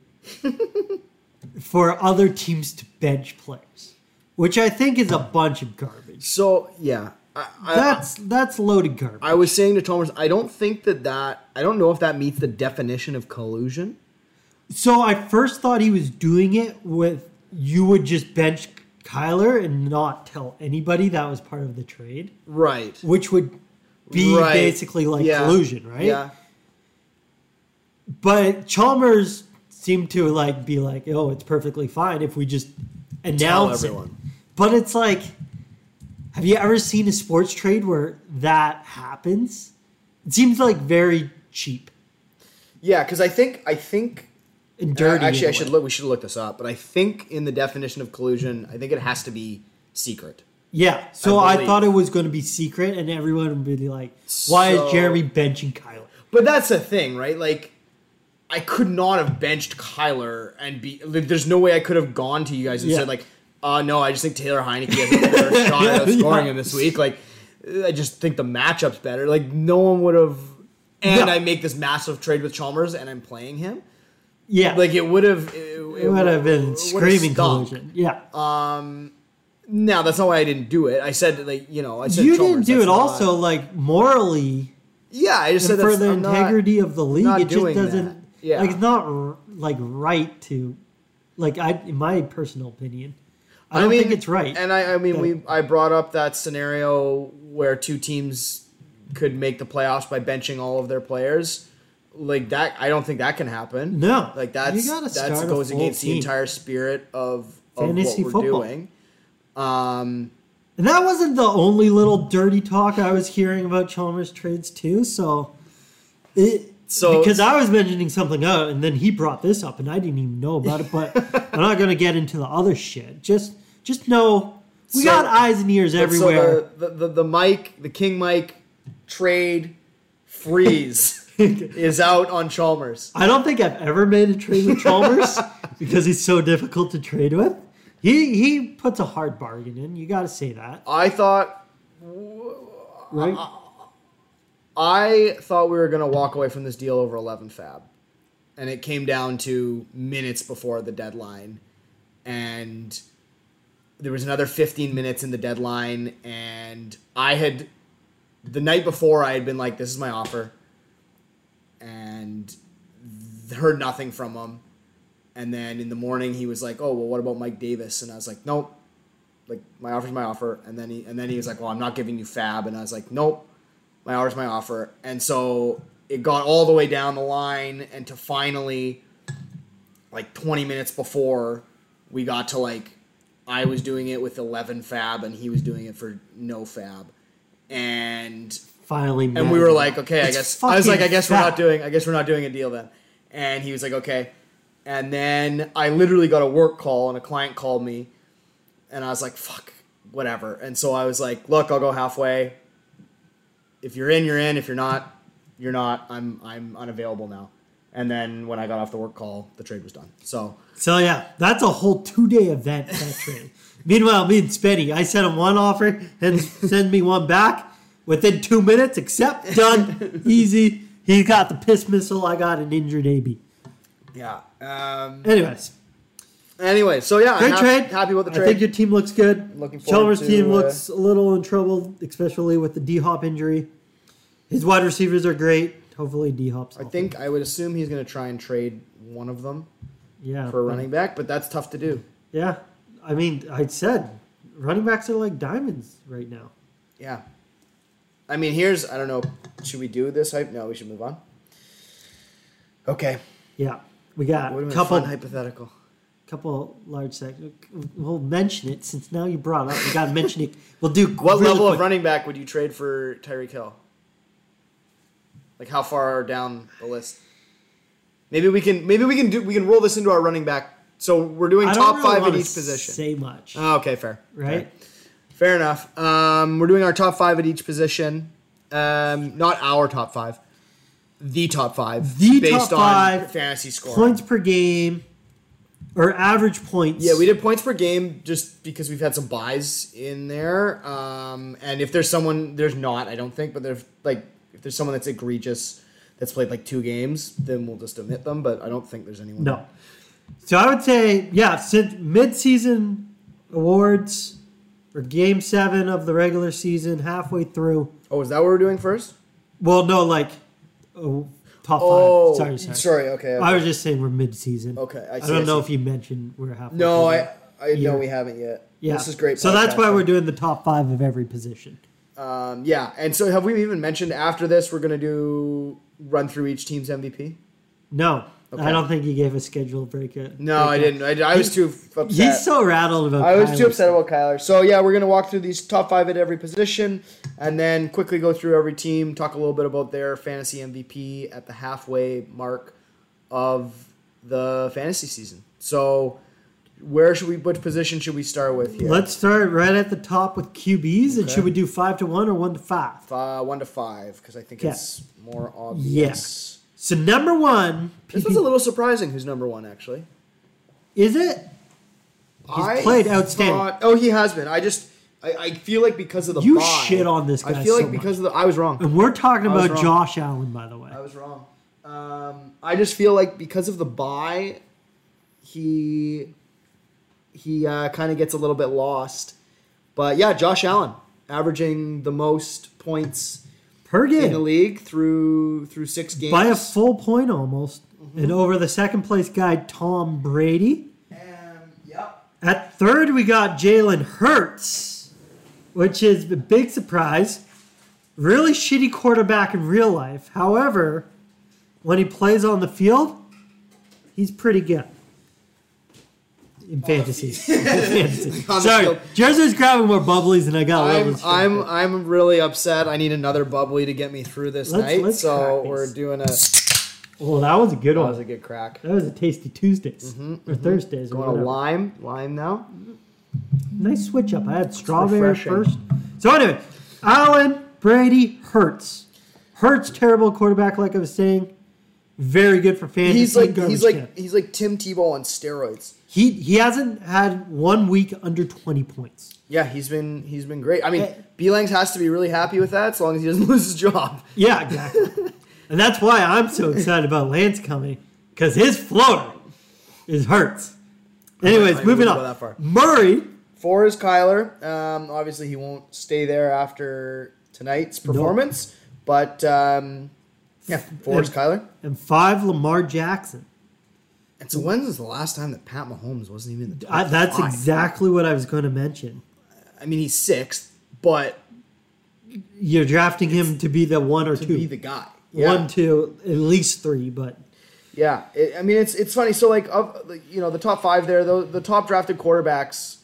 Speaker 4: for other teams to bench players, which I think is a bunch of garbage.
Speaker 3: So, yeah. I, I,
Speaker 4: That's that's loaded garbage.
Speaker 3: I was saying to Thomas, I don't think that that, I don't know if that meets the definition of collusion.
Speaker 4: So I first thought he was doing it with you would just bench Kyler and not tell anybody that was part of the trade,
Speaker 3: Right.
Speaker 4: which would be
Speaker 3: Right.
Speaker 4: basically like
Speaker 3: Yeah.
Speaker 4: collusion, right?
Speaker 3: Yeah.
Speaker 4: But Chalmers seemed to like be like, "Oh, it's perfectly fine if we just announce
Speaker 3: Tell
Speaker 4: it."
Speaker 3: everyone.
Speaker 4: But it's like, have you ever seen a sports trade where that happens? It seems like very cheap
Speaker 3: Yeah, because I think, I think, uh,
Speaker 4: and dirty.
Speaker 3: actually,
Speaker 4: in
Speaker 3: I
Speaker 4: a
Speaker 3: should
Speaker 4: way.
Speaker 3: look, we should look this up, but I think in the definition of collusion, I think it has to be secret.
Speaker 4: Yeah. So I,
Speaker 3: believe.
Speaker 4: thought it was going to be secret, and everyone would be like, "Why
Speaker 3: So-
Speaker 4: is Jeremy benching Kyler?"
Speaker 3: But that's the thing, right? Like, I could not have benched Kyler and be. like, There's no way I could have gone to you guys and
Speaker 4: Yeah.
Speaker 3: said like, "Uh, no, I just think Taylor Heineke has a better shot at scoring
Speaker 4: Yeah.
Speaker 3: him this week." Like, I just think the matchup's better. Like, no one would have. And
Speaker 4: Yeah.
Speaker 3: I make this massive trade with Chalmers, and I'm playing him.
Speaker 4: Yeah.
Speaker 3: Like, it would have. It,
Speaker 4: it would have been
Speaker 3: would've
Speaker 4: screaming
Speaker 3: stunk.
Speaker 4: collusion. Yeah.
Speaker 3: No, that's not why I didn't do it. I said like, you know, I said
Speaker 4: you
Speaker 3: Chalmers,
Speaker 4: didn't do
Speaker 3: that's
Speaker 4: it.
Speaker 3: not-
Speaker 4: Also, like morally,
Speaker 3: Yeah, I just said
Speaker 4: and for
Speaker 3: that's
Speaker 4: the
Speaker 3: I'm not-
Speaker 4: integrity of the league,
Speaker 3: not
Speaker 4: it just
Speaker 3: doing that.
Speaker 4: doesn't.
Speaker 3: Yeah.
Speaker 4: Like it's not r- like right to, like I, in my personal opinion, I don't think it's right.
Speaker 3: And I, I mean,
Speaker 4: that-
Speaker 3: we I brought up that scenario where two teams could make the playoffs by benching all of their players. Like that, I don't think that can happen.
Speaker 4: No.
Speaker 3: like
Speaker 4: You
Speaker 3: that's
Speaker 4: gotta
Speaker 3: that
Speaker 4: start a
Speaker 3: goes
Speaker 4: full
Speaker 3: against the
Speaker 4: team.
Speaker 3: entire spirit of, of what
Speaker 4: Fantasy
Speaker 3: we're
Speaker 4: football.
Speaker 3: doing. Um,
Speaker 4: And that wasn't the only little dirty talk I was hearing about Chalmers trades too. So, it
Speaker 3: So-
Speaker 4: because I was mentioning something out, and then he brought this up, and I didn't even know about it. But I'm not gonna get into the other shit. Just just know we
Speaker 3: So-
Speaker 4: got eyes and ears
Speaker 3: but
Speaker 4: everywhere.
Speaker 3: So the, the, the the Mike the King Mike trade freeze is out on Chalmers.
Speaker 4: I don't think I've ever made a trade with Chalmers because he's so difficult to trade with. He he puts a hard bargain in. You got to say that,
Speaker 3: I thought
Speaker 4: right?
Speaker 3: Uh-huh. I thought we were going to walk away from this deal over 11 fab. And it came down to minutes before the deadline. And there was another 15 minutes in the deadline. And I had, the night before, I had been like, this is my offer. And heard nothing from him. And then in the morning, he was like, oh, well, what about Mike Davis? And I was like, nope. Like my offer's my offer, and then he and then he was like, "Well, I'm not giving you Fab," and I was like, "Nope, my offer's my offer. And so it got all the way down the line and to finally like 20 minutes before we got to like I was doing it with 11 fab and he was doing it for no fab. And
Speaker 4: Finally,
Speaker 3: and we were like, okay, I
Speaker 4: It's
Speaker 3: guess I was like,
Speaker 4: fucking
Speaker 3: I guess we're
Speaker 4: fat.
Speaker 3: not doing, I guess we're not doing a deal then. And he was like, okay. And then I literally got a work call, and a client called me, and I was like, fuck, whatever. And so I was like, look, I'll go halfway. If you're in, you're in. If you're not, you're not. I'm I'm unavailable now. And then when I got off the work call, the trade was done. So
Speaker 4: So yeah, that's a whole two day event that trade. Meanwhile, me and Spenny, I sent him one offer and send me one back within two minutes. Accept, done, easy. He got the piss missile. I got an injured AB.
Speaker 3: yeah, um,
Speaker 4: Anyways,
Speaker 3: Anyway, so yeah,
Speaker 4: Great
Speaker 3: hap-
Speaker 4: trade.
Speaker 3: Happy with the
Speaker 4: I think
Speaker 3: trade.
Speaker 4: your team looks good.
Speaker 3: Looking forward
Speaker 4: Chalmers'
Speaker 3: to,
Speaker 4: team
Speaker 3: uh,
Speaker 4: looks a little in trouble, especially with the D Hop injury. His wide receivers are great. Hopefully, D Hop's.
Speaker 3: I think I would assume he's going to try and trade one of them
Speaker 4: yeah,
Speaker 3: for a
Speaker 4: but-
Speaker 3: running back, but that's tough to do.
Speaker 4: Yeah, I mean, I said running backs are like diamonds right now.
Speaker 3: Yeah. I mean, here's I don't know. Should we do this hype? No, we should move on. Okay.
Speaker 4: Yeah, we got
Speaker 3: What
Speaker 4: a
Speaker 3: a
Speaker 4: couple
Speaker 3: fun hypothetical.
Speaker 4: couple large sections. We'll mention it since now you brought it up. We got to mention it. We'll do
Speaker 3: What
Speaker 4: really
Speaker 3: level of
Speaker 4: quick.
Speaker 3: running back would you trade for Tyreek Hill? Like how far down the list? Maybe we can maybe we can do we can roll this into our running back. So we're doing
Speaker 4: I don't
Speaker 3: top
Speaker 4: really
Speaker 3: five in
Speaker 4: wanna
Speaker 3: each position.
Speaker 4: Say much,
Speaker 3: Oh, okay, fair.
Speaker 4: right?
Speaker 3: Fair enough. Um, we're doing our top five at each position. Um, not our top five. The top five.
Speaker 4: The top five
Speaker 3: fantasy score.
Speaker 4: Points per game or average points.
Speaker 3: Yeah, we did points per game just because we've had some buys in there. Um, and if there's someone, there's not, I don't think, but there's like if there's someone that's egregious that's played like two games, then we'll just omit them. But I don't think there's anyone.
Speaker 4: No. So I would say, yeah, since mid-season awards or game seven of the regular season, halfway through.
Speaker 3: Oh, is that what we're doing first?
Speaker 4: Well, no, like oh, top five.
Speaker 3: Oh,
Speaker 4: sorry, sorry.
Speaker 3: okay. okay.
Speaker 4: I was just saying we're mid-season.
Speaker 3: Okay, I
Speaker 4: I,
Speaker 3: see,
Speaker 4: don't
Speaker 3: I
Speaker 4: know
Speaker 3: see.
Speaker 4: if you mentioned we're halfway.
Speaker 3: no,
Speaker 4: through.
Speaker 3: I, I
Speaker 4: Yeah.
Speaker 3: no, we haven't yet.
Speaker 4: Yeah.
Speaker 3: this is great.
Speaker 4: So that's why
Speaker 3: podcasting.
Speaker 4: we're doing the top five of every position.
Speaker 3: Um, yeah, and so have we even mentioned after this we're gonna do run through each team's MVP?
Speaker 4: No,
Speaker 3: Okay.
Speaker 4: I don't think you gave a schedule breakout.
Speaker 3: No, I
Speaker 4: breakout.
Speaker 3: didn't. I, I was too f- upset.
Speaker 4: He's so rattled about.
Speaker 3: I was too
Speaker 4: Kyler.
Speaker 3: upset about Kyler. So yeah, we're gonna walk through these top five at every position, and then quickly go through every team, talk a little bit about their fantasy MVP at the halfway mark of the fantasy season. So where should we? Which position should we start with here?
Speaker 4: Let's start right at the top with QBs, and
Speaker 3: Okay.
Speaker 4: should we do five to one or one to five?
Speaker 3: uh, one to five because I think
Speaker 4: Okay.
Speaker 3: it's more obvious.
Speaker 4: Yes. So number one,
Speaker 3: This was a little surprising. Who's number one actually?
Speaker 4: is it? He's played outstanding.
Speaker 3: thought- oh, he has been. I just I, I feel like because of the
Speaker 4: You
Speaker 3: bye-
Speaker 4: shit on this
Speaker 3: I
Speaker 4: guy
Speaker 3: feel
Speaker 4: so
Speaker 3: like because of the I was wrong.
Speaker 4: And we're talking
Speaker 3: I was
Speaker 4: about
Speaker 3: wrong.
Speaker 4: Josh Allen, by the way.
Speaker 3: I was wrong. Um, I just feel like because of the buy, he he uh, kind of gets a little bit lost. But yeah, Josh Allen averaging the most points
Speaker 4: Per
Speaker 3: in the
Speaker 4: game,
Speaker 3: league through through six games.
Speaker 4: by a full point almost,
Speaker 3: Mm-hmm.
Speaker 4: and over the second place guy Tom Brady.
Speaker 3: And, yep.
Speaker 4: At third, we got Jalen Hurts, which is a big surprise. Really shitty quarterback in real life. However, when he plays on the field, he's pretty good. In fantasy. In fantasy.
Speaker 3: On the
Speaker 4: Sorry,
Speaker 3: field.
Speaker 4: Jersey's grabbing more bubblies than I got.
Speaker 3: I'm
Speaker 4: levels for.
Speaker 3: I'm I'm really upset. I need another bubbly to get me through this
Speaker 4: Let's-
Speaker 3: night.
Speaker 4: let's
Speaker 3: so
Speaker 4: crack these.
Speaker 3: we're doing a
Speaker 4: Well, Oh, that was a good
Speaker 3: That
Speaker 4: one.
Speaker 3: was a good crack.
Speaker 4: That was a tasty Tuesdays or Thursdays. Or
Speaker 3: Mm-hmm, Going to
Speaker 4: whatever.
Speaker 3: lime, lime now.
Speaker 4: Nice switch up. I had strawberry
Speaker 3: refreshing.
Speaker 4: first. So anyway, Allen Brady Hurts. Hurts terrible quarterback, like I was saying. Very good for fantasy.
Speaker 3: He's like
Speaker 4: garbage
Speaker 3: he's like
Speaker 4: can.
Speaker 3: he's like Tim Tebow on steroids.
Speaker 4: he he hasn't had one week under twenty points.
Speaker 3: Yeah, he's been he's been great. I mean,
Speaker 4: Eh.
Speaker 3: Belangs has to be really happy with that, as long as he doesn't lose his job.
Speaker 4: Yeah, exactly. and that's why I'm so excited about Lance coming because his floater is Hurts.
Speaker 3: I
Speaker 4: Anyways,
Speaker 3: wouldn't
Speaker 4: moving
Speaker 3: go
Speaker 4: on.
Speaker 3: that far.
Speaker 4: Murray.
Speaker 3: Four is Kyler. Um, obviously, he won't stay there after tonight's performance, but um, yeah, four is
Speaker 4: Yeah.
Speaker 3: Kyler.
Speaker 4: And five, Lamar Jackson.
Speaker 3: And so, when was the last time that Pat Mahomes wasn't even in the top
Speaker 4: I, that's
Speaker 3: five?
Speaker 4: exactly what I was going to mention.
Speaker 3: I mean, he's sixth, but
Speaker 4: You're drafting him to be the one or
Speaker 3: to
Speaker 4: two.
Speaker 3: be the guy.
Speaker 4: one, two, at least three, but
Speaker 3: Yeah, it, I mean it's it's funny. So like of like, you know the top five there, the, the top drafted quarterbacks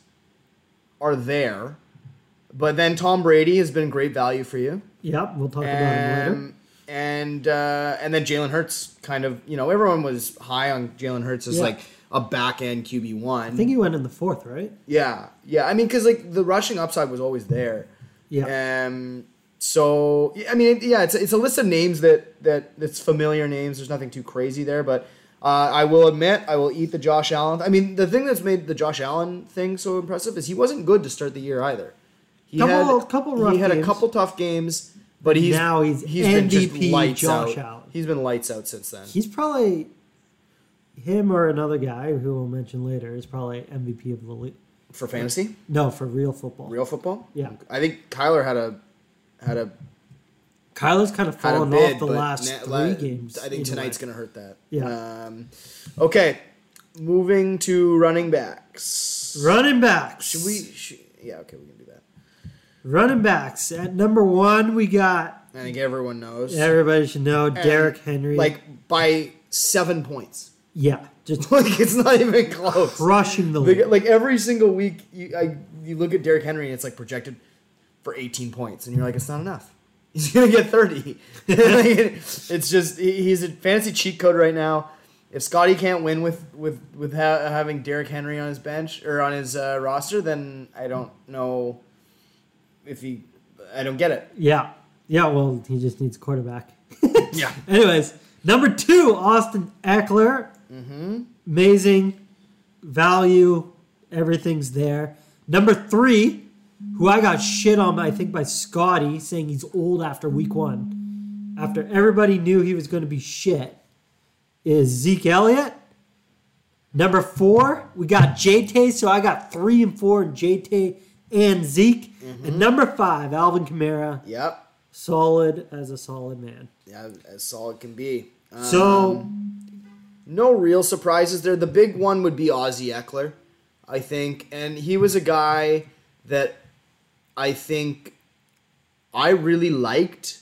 Speaker 3: are there, but then Tom Brady has been great value for you,
Speaker 4: yep, we'll talk about him later.
Speaker 3: and and uh, and then Jalen Hurts kind of you know everyone was high on Jalen Hurts as
Speaker 4: Yeah.
Speaker 3: like a back end QB one.
Speaker 4: I think he went in the fourth, right?
Speaker 3: yeah, yeah. I mean because like the rushing upside was always there.
Speaker 4: Yeah.
Speaker 3: Um, so yeah, I mean, yeah, it's, it's a list of names that that that's familiar names. There's nothing too crazy there, but uh, I will admit I will eat the Josh Allen. I mean, the thing that's made the Josh Allen thing so impressive is he wasn't good to start the year either. He
Speaker 4: Couple- couple rough
Speaker 3: he had a
Speaker 4: games.
Speaker 3: couple tough games, but he's
Speaker 4: Now he's
Speaker 3: he's been just
Speaker 4: MVP
Speaker 3: lights
Speaker 4: Josh
Speaker 3: out.
Speaker 4: Allen.
Speaker 3: He's been lights out since then.
Speaker 4: He's probably him or another guy who we'll mention later is probably MVP of the league.
Speaker 3: for fantasy,
Speaker 4: No, for real football.
Speaker 3: real football.
Speaker 4: Yeah.
Speaker 3: I think Kyler had a had a
Speaker 4: Kyler's kind of
Speaker 3: had a
Speaker 4: fallen
Speaker 3: bid,
Speaker 4: Oh, off the
Speaker 3: but
Speaker 4: last
Speaker 3: na-
Speaker 4: three
Speaker 3: la-
Speaker 4: games.
Speaker 3: I think
Speaker 4: in a
Speaker 3: tonight's
Speaker 4: way.
Speaker 3: gonna hurt that.
Speaker 4: Yeah.
Speaker 3: Um, okay, moving to running backs.
Speaker 4: Running backs.
Speaker 3: Should we? Should, yeah. Okay, we can do that.
Speaker 4: Running backs. At number one, we got
Speaker 3: I think everyone knows.
Speaker 4: everybody should know Derrick Henry.
Speaker 3: Like by seven points.
Speaker 4: yeah, just
Speaker 3: Like it's not even close.
Speaker 4: crushing the
Speaker 3: Like,
Speaker 4: league.
Speaker 3: like every single week, you I, you look at Derrick Henry and it's like projected for 18 points, and you're like, it's not enough. He's gonna get 30. it's just he- he's a fantasy cheat code right now. If Scotty can't win with with with ha- having Derrick Henry on his bench or on his uh, roster, then I don't know if he. I don't get it.
Speaker 4: Yeah, yeah. Well, he just needs a quarterback.
Speaker 3: Yeah.
Speaker 4: Anyways, number two, Austin Eckler. Amazing value. Everything's there. Number three, who I got shit on, I think, by Scotty, saying he's old after week one. After everybody knew he was going to be shit, is Zeke Elliott. Number four, we got JT. So I got three and four, and JT and Zeke. And number five, Alvin Kamara.
Speaker 3: Yep.
Speaker 4: Solid as a solid man.
Speaker 3: Yeah, as solid can be. Um,
Speaker 4: So
Speaker 3: no real surprises there. The big one would be Ozzy Eckler, I think, and he was a guy that I think I really liked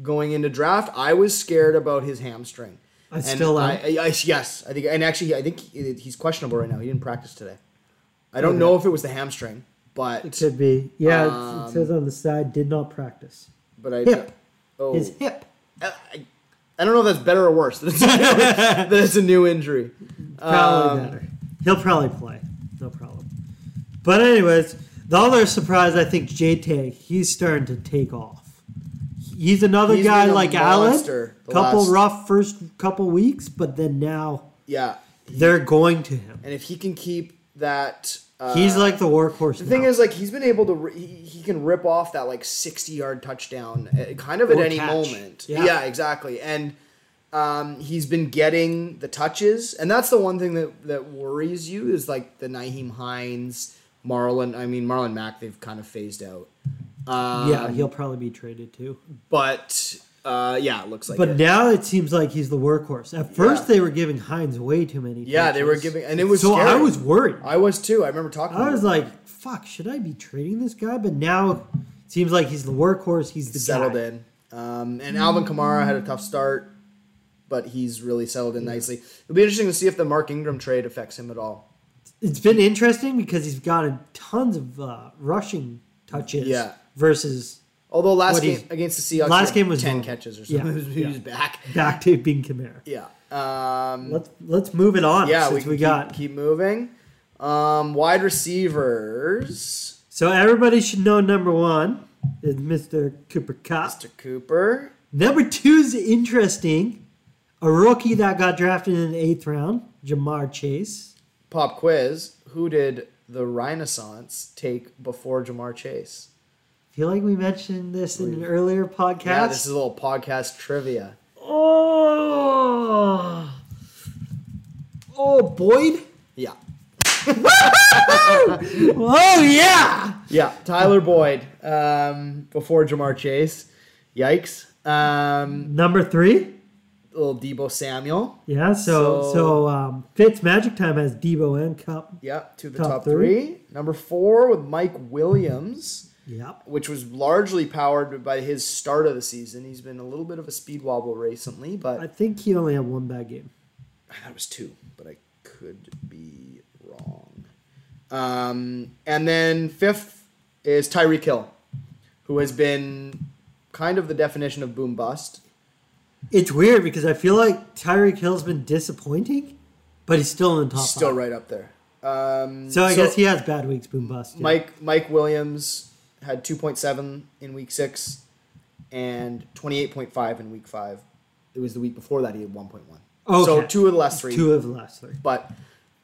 Speaker 3: going into draft. I was scared about his hamstring.
Speaker 4: I
Speaker 3: And
Speaker 4: still am.
Speaker 3: I, I, I- yes, I think, and actually, I think he- he's questionable right now. He didn't practice today. I don't know if it was the hamstring,
Speaker 4: It
Speaker 3: but
Speaker 4: should be. Yeah,
Speaker 3: um,
Speaker 4: it's it says on the side, did not practice.
Speaker 3: but I.
Speaker 4: Hip.
Speaker 3: Oh,
Speaker 4: His hip.
Speaker 3: I, I don't know if that's better or worse. That it's a new, that it's a new injury. um,
Speaker 4: Probably better. He'll probably play. No problem. But anyways, the other surprise I think JT, he's starting to take off. He's another
Speaker 3: He's
Speaker 4: guy
Speaker 3: been a
Speaker 4: like Allen.
Speaker 3: monster the
Speaker 4: Couple
Speaker 3: last-
Speaker 4: rough first couple weeks, but then now
Speaker 3: Yeah.
Speaker 4: they're going to him.
Speaker 3: and if he can keep that, uh,
Speaker 4: He's like the workhorse.
Speaker 3: the thing
Speaker 4: now.
Speaker 3: is like he's been able to ri- he, he can rip off that like sixty yard touchdown uh, kind of at
Speaker 4: Or
Speaker 3: any
Speaker 4: catch.
Speaker 3: moment.
Speaker 4: Yeah.
Speaker 3: exactly. And um, he's been getting the touches, and that's the one thing that that worries you is like the Naheem Hines, Marlon. I mean Marlon Mack. They've kind of phased out. Um,
Speaker 4: yeah, he'll probably be traded too.
Speaker 3: but uh, yeah, it looks like.
Speaker 4: But
Speaker 3: it.
Speaker 4: now it seems like he's the workhorse. At first,
Speaker 3: Yeah.
Speaker 4: they were giving Hines way too many.
Speaker 3: yeah, they were
Speaker 4: touches.
Speaker 3: giving, and it was
Speaker 4: So I
Speaker 3: scary.
Speaker 4: was worried.
Speaker 3: I was too. I remember talking.
Speaker 4: I
Speaker 3: about
Speaker 4: was
Speaker 3: it.
Speaker 4: like, "Fuck, should I be trading this guy?" But now it seems like he's the workhorse. He's the
Speaker 3: settled
Speaker 4: guy.
Speaker 3: in. Um, and Alvin Kamara had a tough start, but he's really settled in nicely. It'll be interesting to see if the Mark Ingram trade affects him at all.
Speaker 4: It's been interesting because he's gotten tons of uh, rushing touches.
Speaker 3: Yeah.
Speaker 4: Versus
Speaker 3: Although last
Speaker 4: What
Speaker 3: game
Speaker 4: he's-
Speaker 3: against the Seahawks,
Speaker 4: last
Speaker 3: he had
Speaker 4: game was
Speaker 3: ten
Speaker 4: normal.
Speaker 3: catches or
Speaker 4: Yeah,
Speaker 3: something. he, was, he was
Speaker 4: yeah.
Speaker 3: back.
Speaker 4: back to being Kamara.
Speaker 3: Yeah. Um,
Speaker 4: Let's let's move it on.
Speaker 3: yeah.
Speaker 4: since
Speaker 3: can
Speaker 4: we,
Speaker 3: keep-
Speaker 4: got
Speaker 3: keep moving. Um, wide receivers,
Speaker 4: so everybody should know number one is Mr. Cooper Cup.
Speaker 3: Mr. Cooper.
Speaker 4: Number two's interesting. A rookie that got drafted in the eighth round, Jamar Chase.
Speaker 3: Pop quiz: Who did the Renaissance take before Jamar Chase?
Speaker 4: I feel like we mentioned this in an earlier podcast.
Speaker 3: Yeah, this is a little podcast trivia.
Speaker 4: Oh, oh, Boyd.
Speaker 3: Yeah.
Speaker 4: Oh yeah.
Speaker 3: Yeah, Tyler Boyd um, before Jamar Chase. Yikes. Um,
Speaker 4: Number three.
Speaker 3: little Debo Samuel.
Speaker 4: Yeah. So
Speaker 3: So-
Speaker 4: so, um, Fitz Magic Time has Debo and Cup.
Speaker 3: Yep, to the top,
Speaker 4: Top
Speaker 3: three.
Speaker 4: three.
Speaker 3: Number four with Mike Williams,
Speaker 4: Yep.
Speaker 3: which was largely powered by his start of the season. He's been a little bit of a speed wobble recently, but
Speaker 4: I think he only had one bad game.
Speaker 3: I thought it was two, but I could be wrong. Um, and then fifth is Tyreek Hill, who has been kind of the definition of boom bust.
Speaker 4: It's weird because I feel like Tyreek Hill's been disappointing, but he's still in the top.
Speaker 3: still
Speaker 4: five.
Speaker 3: right up there. Um,
Speaker 4: So I guess he has bad weeks, boom bust. yeah.
Speaker 3: Mike Mike Williams had 2.7 in week six, and 28.5 in week five. It was the week before that he had 1.1. So
Speaker 4: Okay.
Speaker 3: two of the last three.
Speaker 4: Two of the last three.
Speaker 3: But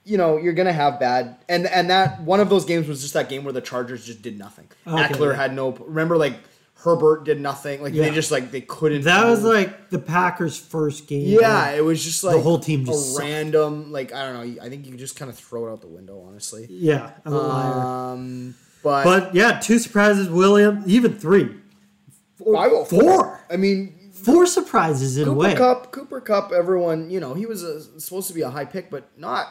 Speaker 3: you know you're gonna have bad and and that one of those games was just that game where the Chargers just did nothing.
Speaker 4: Okay.
Speaker 3: Eckler had no. Remember like Herbert did nothing. Like
Speaker 4: Yeah.
Speaker 3: they just like they couldn't.
Speaker 4: That was
Speaker 3: move.
Speaker 4: like the Packers' first game.
Speaker 3: yeah, it was just like
Speaker 4: whole team just
Speaker 3: a
Speaker 4: sucked.
Speaker 3: random. Like I don't know. I think you could just kind of throw it out the window, honestly.
Speaker 4: yeah, I'm a liar.
Speaker 3: Um, but,
Speaker 4: But yeah, two surprises, William, even three,
Speaker 3: I go
Speaker 4: four.
Speaker 3: oh I mean,
Speaker 4: four surprises in a
Speaker 3: Cooper
Speaker 4: way.
Speaker 3: Cup, Cooper Cup. Everyone, you know, he was a, supposed to be a high pick, but not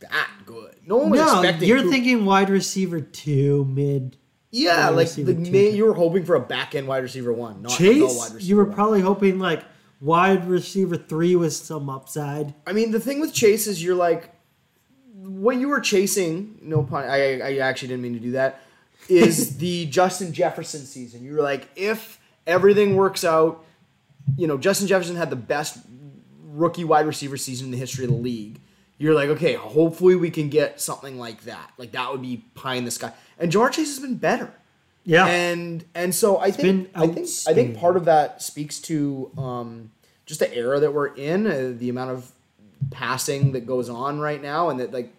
Speaker 3: that good. No one was
Speaker 4: No,
Speaker 3: expecting.
Speaker 4: you're
Speaker 3: Coop-
Speaker 4: thinking wide receiver two, mid
Speaker 3: yeah,
Speaker 4: wide
Speaker 3: like
Speaker 4: receiver
Speaker 3: the
Speaker 4: two.
Speaker 3: main, you were hoping for a back end wide receiver one, not the wide
Speaker 4: Chase.
Speaker 3: receiver.
Speaker 4: You were
Speaker 3: one.
Speaker 4: probably hoping like wide receiver three with some upside.
Speaker 3: I mean, the thing with Chase is you're like, what you were chasing. No pun. I, I actually didn't mean to do that. Is the Justin Jefferson season? You were like, if everything works out, you know, Justin Jefferson had the best rookie wide receiver season in the history of the league. You're like, okay, hopefully we can get something like that. Like that would be pie in the sky. And Jamar Chase has been better.
Speaker 4: Yeah,
Speaker 3: And and so I think
Speaker 4: been
Speaker 3: I think I
Speaker 4: outstanding.
Speaker 3: think part of that speaks to um, just the era that we're in, uh, the amount of passing that goes on right now, and that like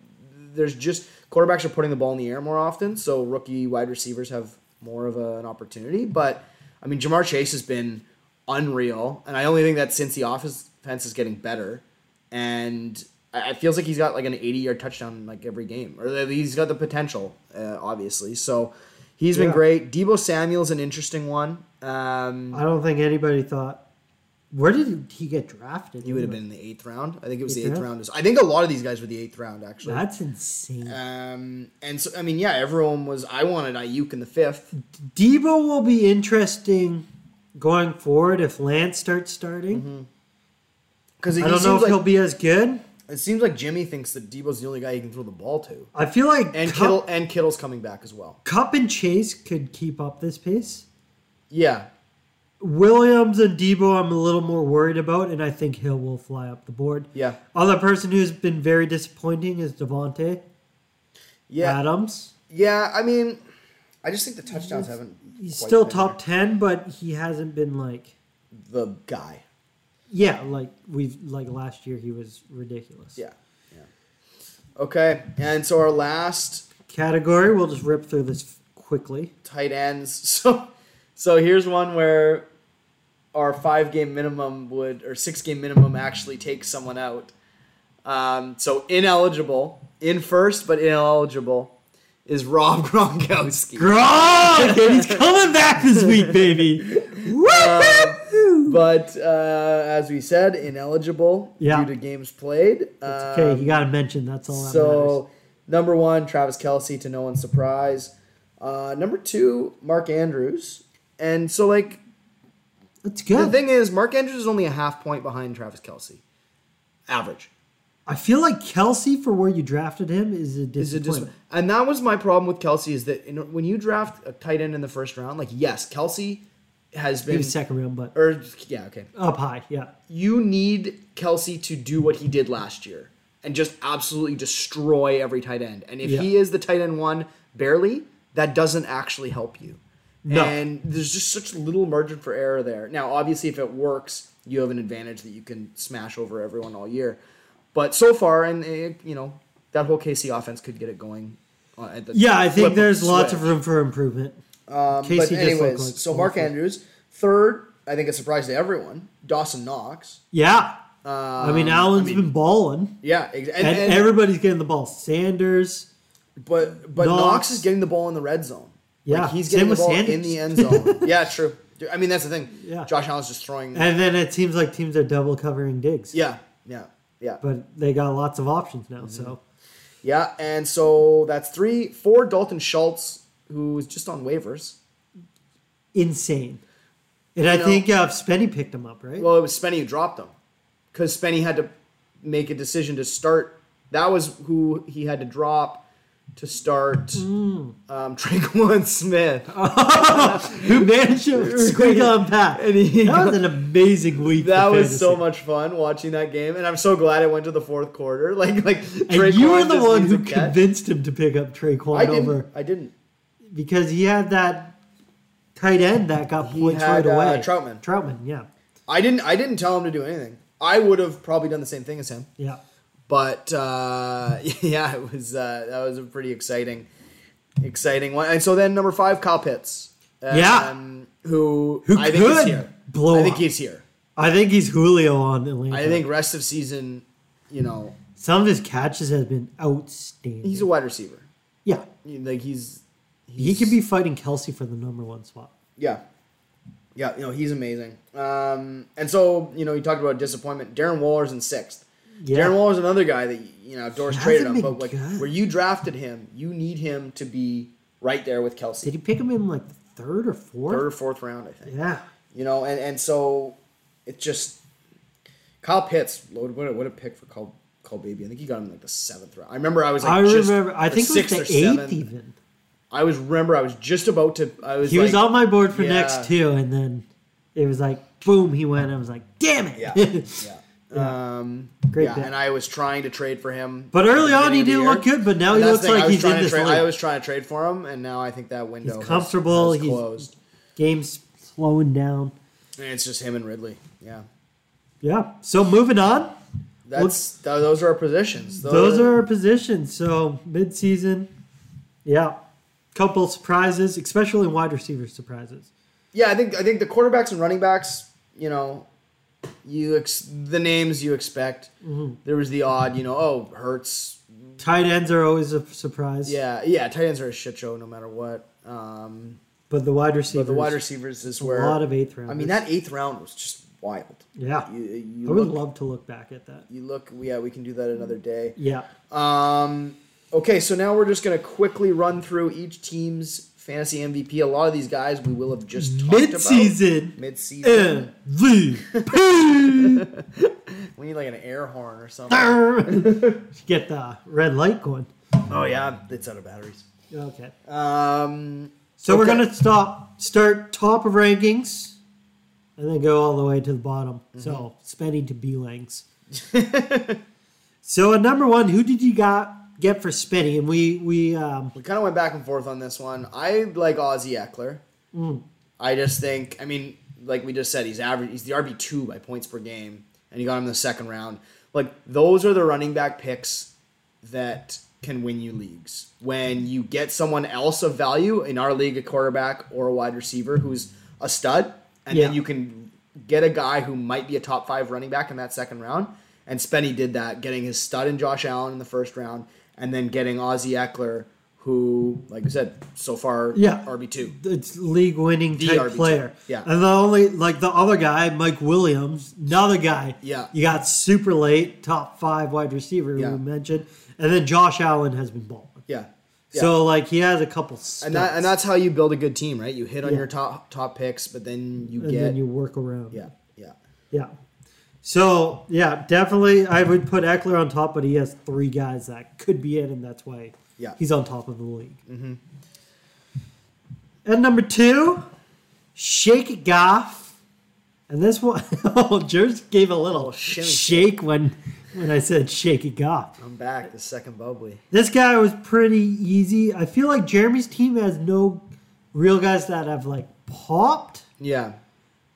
Speaker 3: there's just quarterbacks are putting the ball in the air more often, so rookie wide receivers have more of a- an opportunity. But I mean, Jamar Chase has been unreal, and I only think that since the office offense is getting better, and I- it feels like he's got like an 80 yard touchdown like every game, or that he's got the potential, uh, obviously. So he's been
Speaker 4: Yeah.
Speaker 3: great. Debo Samuel's an interesting one. Um,
Speaker 4: I don't think anybody thought. Where did he get drafted?
Speaker 3: he would have been in the eighth round. I think it was the eighth
Speaker 4: Eighth round?
Speaker 3: round. I think a lot of these guys were the eighth round actually.
Speaker 4: That's insane.
Speaker 3: Um, and so I mean, yeah, everyone was. I wanted Ayuk in the fifth.
Speaker 4: Debo will be interesting going forward if Lance starts starting.
Speaker 3: Because Mm-hmm. it,
Speaker 4: I don't know if
Speaker 3: like,
Speaker 4: he'll be as good.
Speaker 3: it seems like Jimmy thinks that Debo's the only guy he can throw the ball to,
Speaker 4: I feel like
Speaker 3: and
Speaker 4: Cup,
Speaker 3: Kittle and Kittle's coming back as well.
Speaker 4: Cup and Chase could keep up this pace.
Speaker 3: Yeah,
Speaker 4: Williams and Debo, I'm a little more worried about, and I think Hill will fly up the board.
Speaker 3: yeah,
Speaker 4: Other person who's been very disappointing is Devonte
Speaker 3: yeah,
Speaker 4: Adams.
Speaker 3: yeah. I mean, I just think the touchdowns haven't.
Speaker 4: He's
Speaker 3: quite
Speaker 4: still
Speaker 3: been
Speaker 4: top ten, but he hasn't been like
Speaker 3: The guy.
Speaker 4: yeah, like we've like last year he was ridiculous.
Speaker 3: Yeah, yeah. Okay, and so our last
Speaker 4: Category, we'll just rip through this quickly.
Speaker 3: tight ends. So, so here's one where our five game minimum would or six game minimum actually takes someone out. Um, so ineligible in first, but ineligible is Rob Gronkowski.
Speaker 4: Gronk, and he's coming back this week, baby. Woo!
Speaker 3: But uh, as we said, ineligible
Speaker 4: Yeah.
Speaker 3: due to games played. Um,
Speaker 4: okay, you got to mention that's all that
Speaker 3: So number one, Travis Kelsey to no one's surprise. Uh, number two, Mark Andrews. And so like
Speaker 4: matters. That's
Speaker 3: The
Speaker 4: good.
Speaker 3: thing is, Mark Andrews is only a half point behind Travis Kelsey. Average.
Speaker 4: I feel like Kelsey, for where you drafted him, is a
Speaker 3: Is it
Speaker 4: disappointment.
Speaker 3: just, and that was my problem with Kelsey is that in, when you draft a tight end in the first round, like yes, Kelsey has
Speaker 4: He
Speaker 3: been
Speaker 4: was second round, but
Speaker 3: or yeah, okay.
Speaker 4: up high, yeah.
Speaker 3: You need Kelsey to do what he did last year and just absolutely destroy every tight end. And if
Speaker 4: Yeah.
Speaker 3: he is the tight end one barely, that doesn't actually help you.
Speaker 4: No.
Speaker 3: And there's just such little margin for error there. Now, obviously, if it works, you have an advantage that you can smash over everyone all year. But so far, and eh, you know that whole KC offense could get it going. uh, At the
Speaker 4: Yeah, I think
Speaker 3: flip
Speaker 4: there's lots
Speaker 3: switch.
Speaker 4: of room for improvement.
Speaker 3: Um,
Speaker 4: Casey
Speaker 3: but
Speaker 4: just looked
Speaker 3: anyways,
Speaker 4: like
Speaker 3: so Mark
Speaker 4: awful.
Speaker 3: Andrews third. I think a surprise to everyone. Dawson Knox.
Speaker 4: Yeah. I mean, Allen's
Speaker 3: Um, I mean-
Speaker 4: been balling,
Speaker 3: Yeah, ex- and,
Speaker 4: and,
Speaker 3: and-
Speaker 4: everybody's getting the ball. Sanders,
Speaker 3: but but Knox.
Speaker 4: Knox-
Speaker 3: is getting the ball in the red zone.
Speaker 4: Yeah,
Speaker 3: like he's getting
Speaker 4: same
Speaker 3: the
Speaker 4: with
Speaker 3: ball
Speaker 4: Sanders.
Speaker 3: in the end zone. yeah, true. I mean, that's the thing.
Speaker 4: Yeah.
Speaker 3: Josh Allen's just throwing.
Speaker 4: and then it seems like teams are double covering digs.
Speaker 3: yeah, Mm-hmm. yeah, yeah,
Speaker 4: But they got lots of options now, so
Speaker 3: yeah. And so that's three, four. Dalton Schultz, who is just on waivers.
Speaker 4: insane. And I
Speaker 3: know-
Speaker 4: think uh, Spenny picked him up, right?
Speaker 3: Well, it was Spenny who dropped him because Spenny had to make a decision to start. That was who he had to drop to start
Speaker 4: Mm.
Speaker 3: um, Traquan Smith.
Speaker 4: Who managed to squeak on Pat?
Speaker 3: And he-
Speaker 4: that was an amazing week. for
Speaker 3: That was
Speaker 4: fantasy.
Speaker 3: so much fun watching that game, and I'm so glad it went to the fourth quarter. Like, like
Speaker 4: And you were the one who
Speaker 3: convinced.
Speaker 4: convinced him to pick up
Speaker 3: I
Speaker 4: Traquan
Speaker 3: didn't.
Speaker 4: over
Speaker 3: I didn't.
Speaker 4: because he had that tight end that got points
Speaker 3: had,
Speaker 4: right
Speaker 3: uh,
Speaker 4: away.
Speaker 3: Troutman.
Speaker 4: Troutman, yeah,
Speaker 3: I didn't. I didn't tell him to do anything. I would have probably done the same thing as him.
Speaker 4: yeah.
Speaker 3: but uh, yeah, it was uh, that was a pretty exciting, exciting one. And so then number five, Kyle Pitts.
Speaker 4: Yeah.
Speaker 3: Um, who,
Speaker 4: Who
Speaker 3: I think
Speaker 4: could
Speaker 3: is here.
Speaker 4: blow
Speaker 3: I think
Speaker 4: up.
Speaker 3: he's here.
Speaker 4: I think he's Julio on Atlanta.
Speaker 3: I think rest of season, you know,
Speaker 4: some of his catches has been outstanding.
Speaker 3: he's a wide receiver.
Speaker 4: yeah,
Speaker 3: Like he's,
Speaker 4: he could be fighting Kelsey for the number one spot.
Speaker 3: yeah, yeah. You know, he's amazing. Um, and so you know, you talked about disappointment. Darren Waller's in sixth.
Speaker 4: Yeah.
Speaker 3: Darren Waller's another guy that you know Doris
Speaker 4: He
Speaker 3: traded
Speaker 4: hasn't
Speaker 3: him,
Speaker 4: been
Speaker 3: but like
Speaker 4: good.
Speaker 3: where you drafted him, you need him to be right there with Kelsey,
Speaker 4: Did he pick him in like the third or fourth?
Speaker 3: third or fourth round, I think.
Speaker 4: Yeah,
Speaker 3: You know, and and so it just Kyle Pitts. Lord, what a, what a pick for Call Call Baby. I think he got him in, like the seventh round. I remember I was. Like
Speaker 4: I
Speaker 3: just-
Speaker 4: remember. I
Speaker 3: or
Speaker 4: think it was
Speaker 3: sixth
Speaker 4: the
Speaker 3: or
Speaker 4: eighth
Speaker 3: seventh.
Speaker 4: even.
Speaker 3: I was remember I was just about to. I was.
Speaker 4: He was
Speaker 3: like-
Speaker 4: on my board for
Speaker 3: yeah.
Speaker 4: next two, and then it was like boom, he went. I was like, damn it.
Speaker 3: Yeah. yeah. Um,
Speaker 4: Great
Speaker 3: yeah,
Speaker 4: pick.
Speaker 3: and I was trying to trade for him.
Speaker 4: But
Speaker 3: at the
Speaker 4: early on,
Speaker 3: beginning
Speaker 4: he
Speaker 3: of
Speaker 4: didn't
Speaker 3: the year.
Speaker 4: look good, but now
Speaker 3: And
Speaker 4: he
Speaker 3: that's
Speaker 4: looks
Speaker 3: the thing,
Speaker 4: like
Speaker 3: I was
Speaker 4: he's in
Speaker 3: trying to
Speaker 4: this
Speaker 3: trade-
Speaker 4: league.
Speaker 3: I was trying to trade for him, and now I think that window
Speaker 4: He's
Speaker 3: has-
Speaker 4: comfortable,
Speaker 3: has
Speaker 4: he's-
Speaker 3: closed.
Speaker 4: Game's slowing down.
Speaker 3: And it's just him and Ridley. Yeah,
Speaker 4: Yeah. So moving on.
Speaker 3: that's th- those are our positions.
Speaker 4: Those are our positions. So midseason, yeah, couple surprises, especially wide receiver surprises.
Speaker 3: yeah. I think I think the quarterbacks and running backs. You know, you ex- the names you expect.
Speaker 4: Mm-hmm.
Speaker 3: There was the odd, you know, oh Hurts
Speaker 4: Tight ends are always a surprise.
Speaker 3: Yeah, yeah, tight ends are a shit show no matter what. Um,
Speaker 4: But the wide receivers.
Speaker 3: but the wide receivers is
Speaker 4: a
Speaker 3: where
Speaker 4: lot of eighth round.
Speaker 3: I mean, that eighth round was just wild.
Speaker 4: Yeah.
Speaker 3: You, you
Speaker 4: I would
Speaker 3: look,
Speaker 4: love to look back at that.
Speaker 3: you look. Yeah, we can do that another day.
Speaker 4: Yeah.
Speaker 3: Um, okay, so now we're just gonna quickly run through each team's fantasy MVP. A lot of these guys we will have just talked
Speaker 4: Midseason.
Speaker 3: about. Mid-season.
Speaker 4: MVP.
Speaker 3: We need like an air horn or something.
Speaker 4: Get the red light going.
Speaker 3: Oh yeah, it's out of batteries.
Speaker 4: Okay.
Speaker 3: Um,
Speaker 4: So we're
Speaker 3: Okay.
Speaker 4: gonna stop, start top of rankings, and then go all the way to the bottom.
Speaker 3: Mm-hmm.
Speaker 4: So spending to Belangs. so at number one, who did you got get for Spenny? And we we um,
Speaker 3: we kind of went back and forth on this one. I like Ozzy Eckler. I just think, I mean, like we just said, he's average. He's the RB two by points per game, and you got him in the second round. Like those are the running back picks that can win you leagues when you get someone else of value in our league, a quarterback or a wide receiver who's a stud, and
Speaker 4: Yeah.
Speaker 3: then you can get a guy who might be a top five running back in that second round. And Spenny did that, getting his stud in Josh Allen in the first round, and then getting Ozzie Eckler, who, like I said, so far
Speaker 4: Yeah.
Speaker 3: RB two.
Speaker 4: it's league winning
Speaker 3: The
Speaker 4: type
Speaker 3: RB2,
Speaker 4: player.
Speaker 3: yeah.
Speaker 4: And the only like the other guy, Mike Williams, another guy.
Speaker 3: Yeah.
Speaker 4: You got super late top five wide receiver
Speaker 3: Yeah.
Speaker 4: we mentioned, and then Josh Allen has been balling.
Speaker 3: Yeah. Yeah.
Speaker 4: So like he has a couple.
Speaker 3: and that
Speaker 4: studs.
Speaker 3: and that's how you build a good team, right? You hit on
Speaker 4: Yeah.
Speaker 3: your top top picks, but then you
Speaker 4: and
Speaker 3: get
Speaker 4: then you work around.
Speaker 3: yeah yeah
Speaker 4: Yeah. So yeah, definitely I would put Eckler on top, but he has three guys that could be it, and that's why
Speaker 3: Yeah. Mm-hmm.
Speaker 4: he's on top of the league. And number two, Shake It Goff. And this one, oh, George gave a little
Speaker 3: shimmy.
Speaker 4: shake when when I said Shake It Goff.
Speaker 3: I'm back the second bubbly.
Speaker 4: This guy was pretty easy. I feel like Jeremy's team has no real guys that have like popped
Speaker 3: Yeah,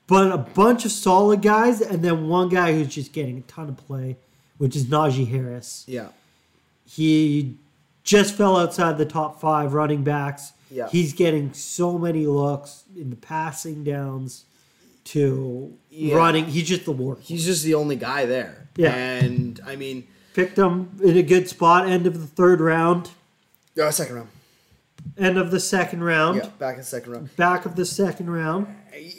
Speaker 4: but a bunch of solid guys, and then one guy who's just getting a ton of play, which is Najee Harris.
Speaker 3: yeah,
Speaker 4: He just fell outside the top five running backs.
Speaker 3: Yeah.
Speaker 4: He's getting so many looks in the passing downs to
Speaker 3: Yeah.
Speaker 4: running. He's just the workhorse.
Speaker 3: he's just the only guy there.
Speaker 4: Yeah.
Speaker 3: and I mean,
Speaker 4: picked him in a good spot, end of the third round,
Speaker 3: oh, second round.
Speaker 4: end of the second round,
Speaker 3: Yeah, back in second round.
Speaker 4: back of the second round.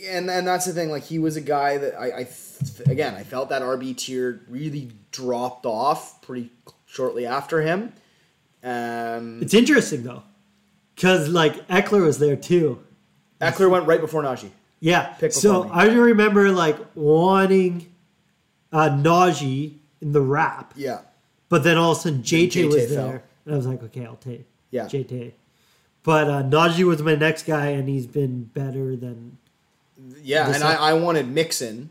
Speaker 3: and and that's the thing. Like he was a guy that I, I th- again I felt that RB tier really dropped off pretty shortly after him. Um,
Speaker 4: It's interesting though, because like Eckler was there too.
Speaker 3: Eckler went right before Najee.
Speaker 4: Yeah.
Speaker 3: Pick
Speaker 4: so
Speaker 3: before me.
Speaker 4: I remember like wanting uh, Najee in the wrap,
Speaker 3: Yeah,
Speaker 4: but then all of a sudden JJ,
Speaker 3: JJ
Speaker 4: was
Speaker 3: fell.
Speaker 4: there, and I was like, okay, I'll take
Speaker 3: Yeah.
Speaker 4: JJ. But uh, Najee was my next guy, and he's been better than
Speaker 3: yeah,
Speaker 4: This
Speaker 3: and
Speaker 4: one-
Speaker 3: I, I wanted Mixon.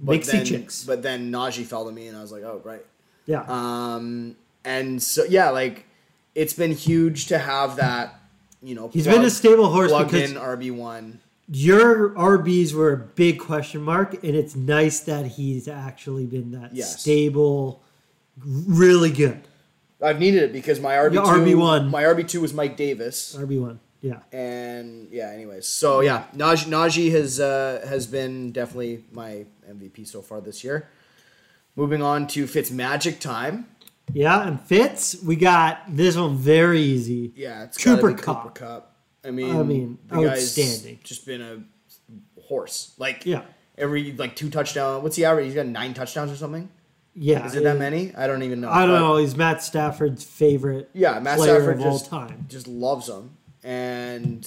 Speaker 3: But
Speaker 4: Mixie
Speaker 3: then,
Speaker 4: Chicks.
Speaker 3: But then Najee fell to me, and I was like, oh right.
Speaker 4: yeah,
Speaker 3: Um, and so yeah, like it's been huge to have that. You know,
Speaker 4: He's been a stable horse
Speaker 3: plugged
Speaker 4: because-
Speaker 3: in RB one.
Speaker 4: your RBs were a big question mark, and it's nice that he's actually been that
Speaker 3: Yes.
Speaker 4: stable, really good
Speaker 3: I've needed it because my RB two,
Speaker 4: RB1.
Speaker 3: my RB two was Mike Davis.
Speaker 4: RB one. Yeah.
Speaker 3: And yeah, anyways, so yeah, Najee, Najee has uh, has been definitely my MVP so far this year. Moving on to Fitz Magic time.
Speaker 4: Yeah, and Fitz, we got this one very easy.
Speaker 3: Yeah, it's gotta
Speaker 4: Cooper
Speaker 3: be
Speaker 4: Cup.
Speaker 3: Cooper Cup. I mean,
Speaker 4: I mean,
Speaker 3: the guy's
Speaker 4: outstanding.
Speaker 3: just been a horse. Like
Speaker 4: Yeah.
Speaker 3: every like two touchdown. What's he average? He's got nine touchdowns or something.
Speaker 4: Yeah.
Speaker 3: Is it that many? I don't even know.
Speaker 4: I don't
Speaker 3: but-
Speaker 4: know. He's Matt Stafford's favorite
Speaker 3: Yeah, Matt
Speaker 4: player
Speaker 3: Stafford
Speaker 4: of
Speaker 3: just
Speaker 4: all time.
Speaker 3: just loves him, and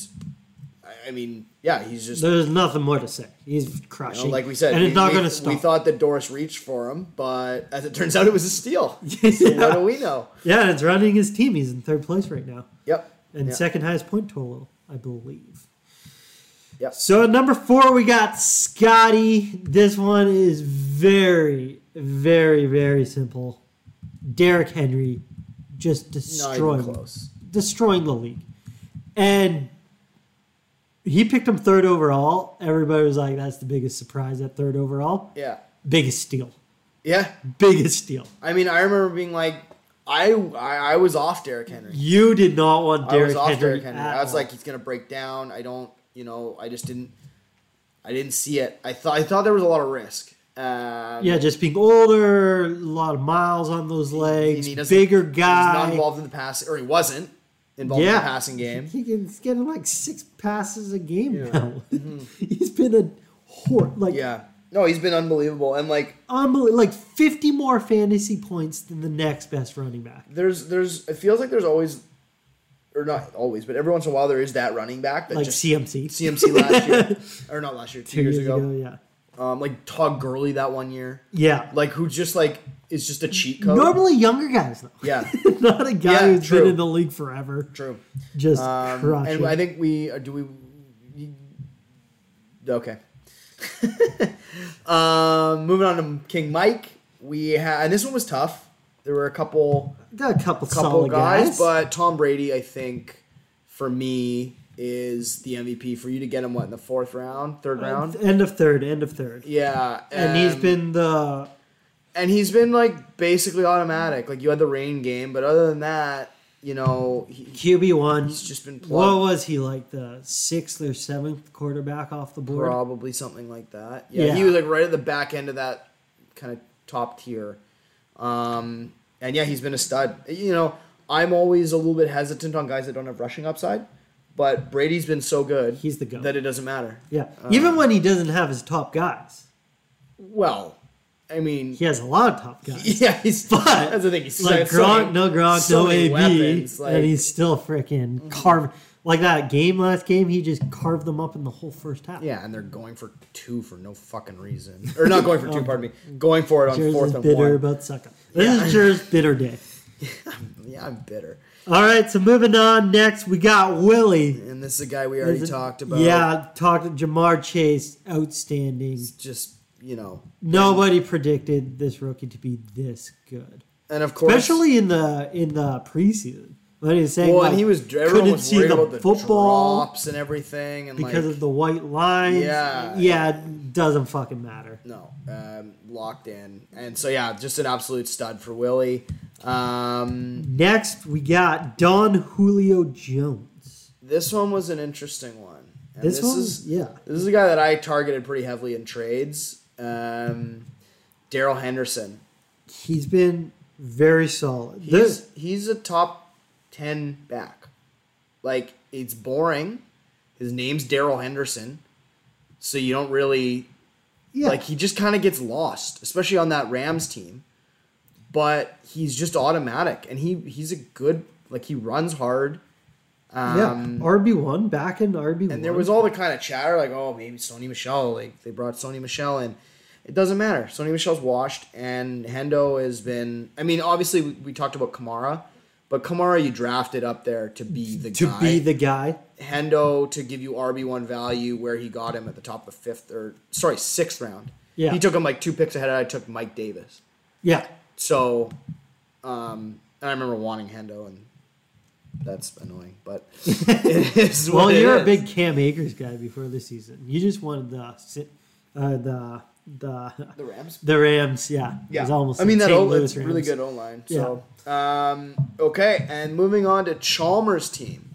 Speaker 3: I- I mean, yeah, he's just
Speaker 4: There's nothing more to say. He's
Speaker 3: you
Speaker 4: crushing.
Speaker 3: know, like we said,
Speaker 4: and it's
Speaker 3: we-
Speaker 4: not
Speaker 3: we-
Speaker 4: going to stop.
Speaker 3: We thought that Doris reached for him, but as it turns out, it was a steal. So
Speaker 4: Yeah.
Speaker 3: what do we know?
Speaker 4: yeah, and it's running his team. He's in third place right now
Speaker 3: Yep.
Speaker 4: and
Speaker 3: Yeah.
Speaker 4: second highest point total, I believe.
Speaker 3: Yep.
Speaker 4: So at number four, we got Scotty. This one is very, very, very simple. Derrick Henry just
Speaker 3: not
Speaker 4: destroying,
Speaker 3: even close.
Speaker 4: destroying the league, and he picked him third overall. Everybody was like, "That's the biggest surprise at third overall."
Speaker 3: Yeah.
Speaker 4: Biggest steal.
Speaker 3: Yeah.
Speaker 4: Biggest steal.
Speaker 3: I mean, I remember being like, I I, I was off Derrick Henry.
Speaker 4: You did not want
Speaker 3: I was
Speaker 4: Derrick
Speaker 3: off
Speaker 4: Henry.
Speaker 3: Derrick Henry.
Speaker 4: at
Speaker 3: I was
Speaker 4: all.
Speaker 3: like, he's gonna break down. I don't, you know, I just didn't, I didn't see it. I thought I thought there was a lot of risk. Um,
Speaker 4: yeah, just being older, a lot of miles on those legs,
Speaker 3: and he doesn't-
Speaker 4: bigger
Speaker 3: He's not
Speaker 4: guy.
Speaker 3: involved in the pass, or he wasn't involved in the
Speaker 4: Yeah.
Speaker 3: passing game.
Speaker 4: He can he's getting like six passes a game now. he's been a whore, like
Speaker 3: Mm-hmm. Yeah. No, he's been unbelievable, and like
Speaker 4: unbelievable, like fifty more fantasy points than the next best running back.
Speaker 3: there's there's it feels like there's always or not always, but every once in a while there is that running back that
Speaker 4: Like
Speaker 3: just
Speaker 4: CMC,
Speaker 3: CMC last year or not last year, two, years, ago.
Speaker 4: yeah,
Speaker 3: Um like Todd Gurley that one year.
Speaker 4: yeah.
Speaker 3: Like who just like is just a cheat code.
Speaker 4: Normally younger guys though.
Speaker 3: Yeah.
Speaker 4: not a guy
Speaker 3: Yeah,
Speaker 4: who's
Speaker 3: true.
Speaker 4: been in the league forever.
Speaker 3: True.
Speaker 4: Just
Speaker 3: Um,
Speaker 4: crushing.
Speaker 3: and I think we uh, do we you- Okay. um moving on to King Mike. We had and this one was tough. There were a couple
Speaker 4: Got a couple,
Speaker 3: couple
Speaker 4: solid
Speaker 3: guys,
Speaker 4: guys,
Speaker 3: but Tom Brady, I think, for me, is the MVP. For you to get him what in the fourth round, third round,
Speaker 4: end of third, end of third.
Speaker 3: yeah,
Speaker 4: and he's been the
Speaker 3: and he's been like basically automatic. Like you had the rain game, but other than that, you know, he,
Speaker 4: QB one.
Speaker 3: he's just been
Speaker 4: What
Speaker 3: plugged,
Speaker 4: was he like the sixth or seventh quarterback off the board?
Speaker 3: probably something like that. Yeah,
Speaker 4: Yeah.
Speaker 3: he was like right at the back end of that kind of top tier. Um, and yeah, he's been a stud. You know, I'm always a little bit hesitant on guys that don't have rushing upside. But Brady's been so good
Speaker 4: He's the goat.
Speaker 3: that it doesn't matter.
Speaker 4: Yeah, even when he doesn't have his top guys,
Speaker 3: Well, I mean,
Speaker 4: he has a lot of top guys.
Speaker 3: yeah, he's
Speaker 4: But
Speaker 3: that's the thing. He's
Speaker 4: like
Speaker 3: so many-
Speaker 4: Gronk, no Gronk,
Speaker 3: so
Speaker 4: no
Speaker 3: many
Speaker 4: AB,
Speaker 3: weapons, like- Mm-hmm.
Speaker 4: and he's still freaking carving like that game last game. He just carved them up in the whole first half.
Speaker 3: yeah, and they're going for two for no fucking reason, or not going for two. pardon me, going for it on
Speaker 4: Jers
Speaker 3: fourth
Speaker 4: is
Speaker 3: and
Speaker 4: Um,
Speaker 3: one.
Speaker 4: bitter about sucking. This is Jers bitter day.
Speaker 3: yeah, I'm bitter.
Speaker 4: All right, so moving on. Next, we got Willie.
Speaker 3: And this is a guy we already
Speaker 4: Is it-
Speaker 3: talked about.
Speaker 4: Yeah, talked Jamar Chase, outstanding.
Speaker 3: just you know,
Speaker 4: Nobody predicted this rookie to be this good,
Speaker 3: and of course,
Speaker 4: especially in the in the preseason. When he was saying,
Speaker 3: well,
Speaker 4: like,
Speaker 3: and he was everyone
Speaker 4: couldn't
Speaker 3: was
Speaker 4: see
Speaker 3: worried
Speaker 4: the
Speaker 3: about the
Speaker 4: football
Speaker 3: drops and everything, and
Speaker 4: because
Speaker 3: like
Speaker 4: of the white lines.
Speaker 3: Yeah.
Speaker 4: yeah, it doesn't fucking matter.
Speaker 3: no, um, locked in, and so yeah, just an absolute stud for Willie. Um,
Speaker 4: Next, we got Don Julio Jones.
Speaker 3: This one was an interesting one. And
Speaker 4: This one-
Speaker 3: is
Speaker 4: yeah.
Speaker 3: This is a guy that I targeted pretty heavily in trades. Um, Daryl Henderson.
Speaker 4: He's been very solid.
Speaker 3: He's
Speaker 4: This,
Speaker 3: he's a top ten back. Like it's boring. His name's Daryl Henderson, so you don't really
Speaker 4: yeah,
Speaker 3: like. He just kind of gets lost, especially on that Rams team. But he's just automatic, and he he's a good like he runs hard. Um,
Speaker 4: yeah, RB one back in RB one.
Speaker 3: And there was all the kind of chatter like, oh, maybe Sony Michelle. Like they brought Sony Michelle in. It doesn't matter. Sony Michelle's washed, and Hendo has been. I mean, obviously we, we talked about Kamara, but Kamara you drafted up there to be the
Speaker 4: to
Speaker 3: guy.
Speaker 4: be the guy.
Speaker 3: Hendo to give you RB one value where he got him at the top of the fifth or sorry sixth round.
Speaker 4: Yeah.
Speaker 3: he took him like two picks ahead. I took Mike Davis.
Speaker 4: Yeah,
Speaker 3: So, um, and I remember wanting Hendo, and that's annoying. But it is
Speaker 4: Well,
Speaker 3: what it
Speaker 4: you're a
Speaker 3: is.
Speaker 4: big Cam Akers guy before this season. You just wanted the si- uh, the the
Speaker 3: the Rams.
Speaker 4: the Rams. Yeah, it was almost.
Speaker 3: I mean
Speaker 4: like
Speaker 3: that
Speaker 4: St.
Speaker 3: O,
Speaker 4: Louis
Speaker 3: it's
Speaker 4: Rams.
Speaker 3: really good O line. So um, okay, and moving on to Chalmers' team,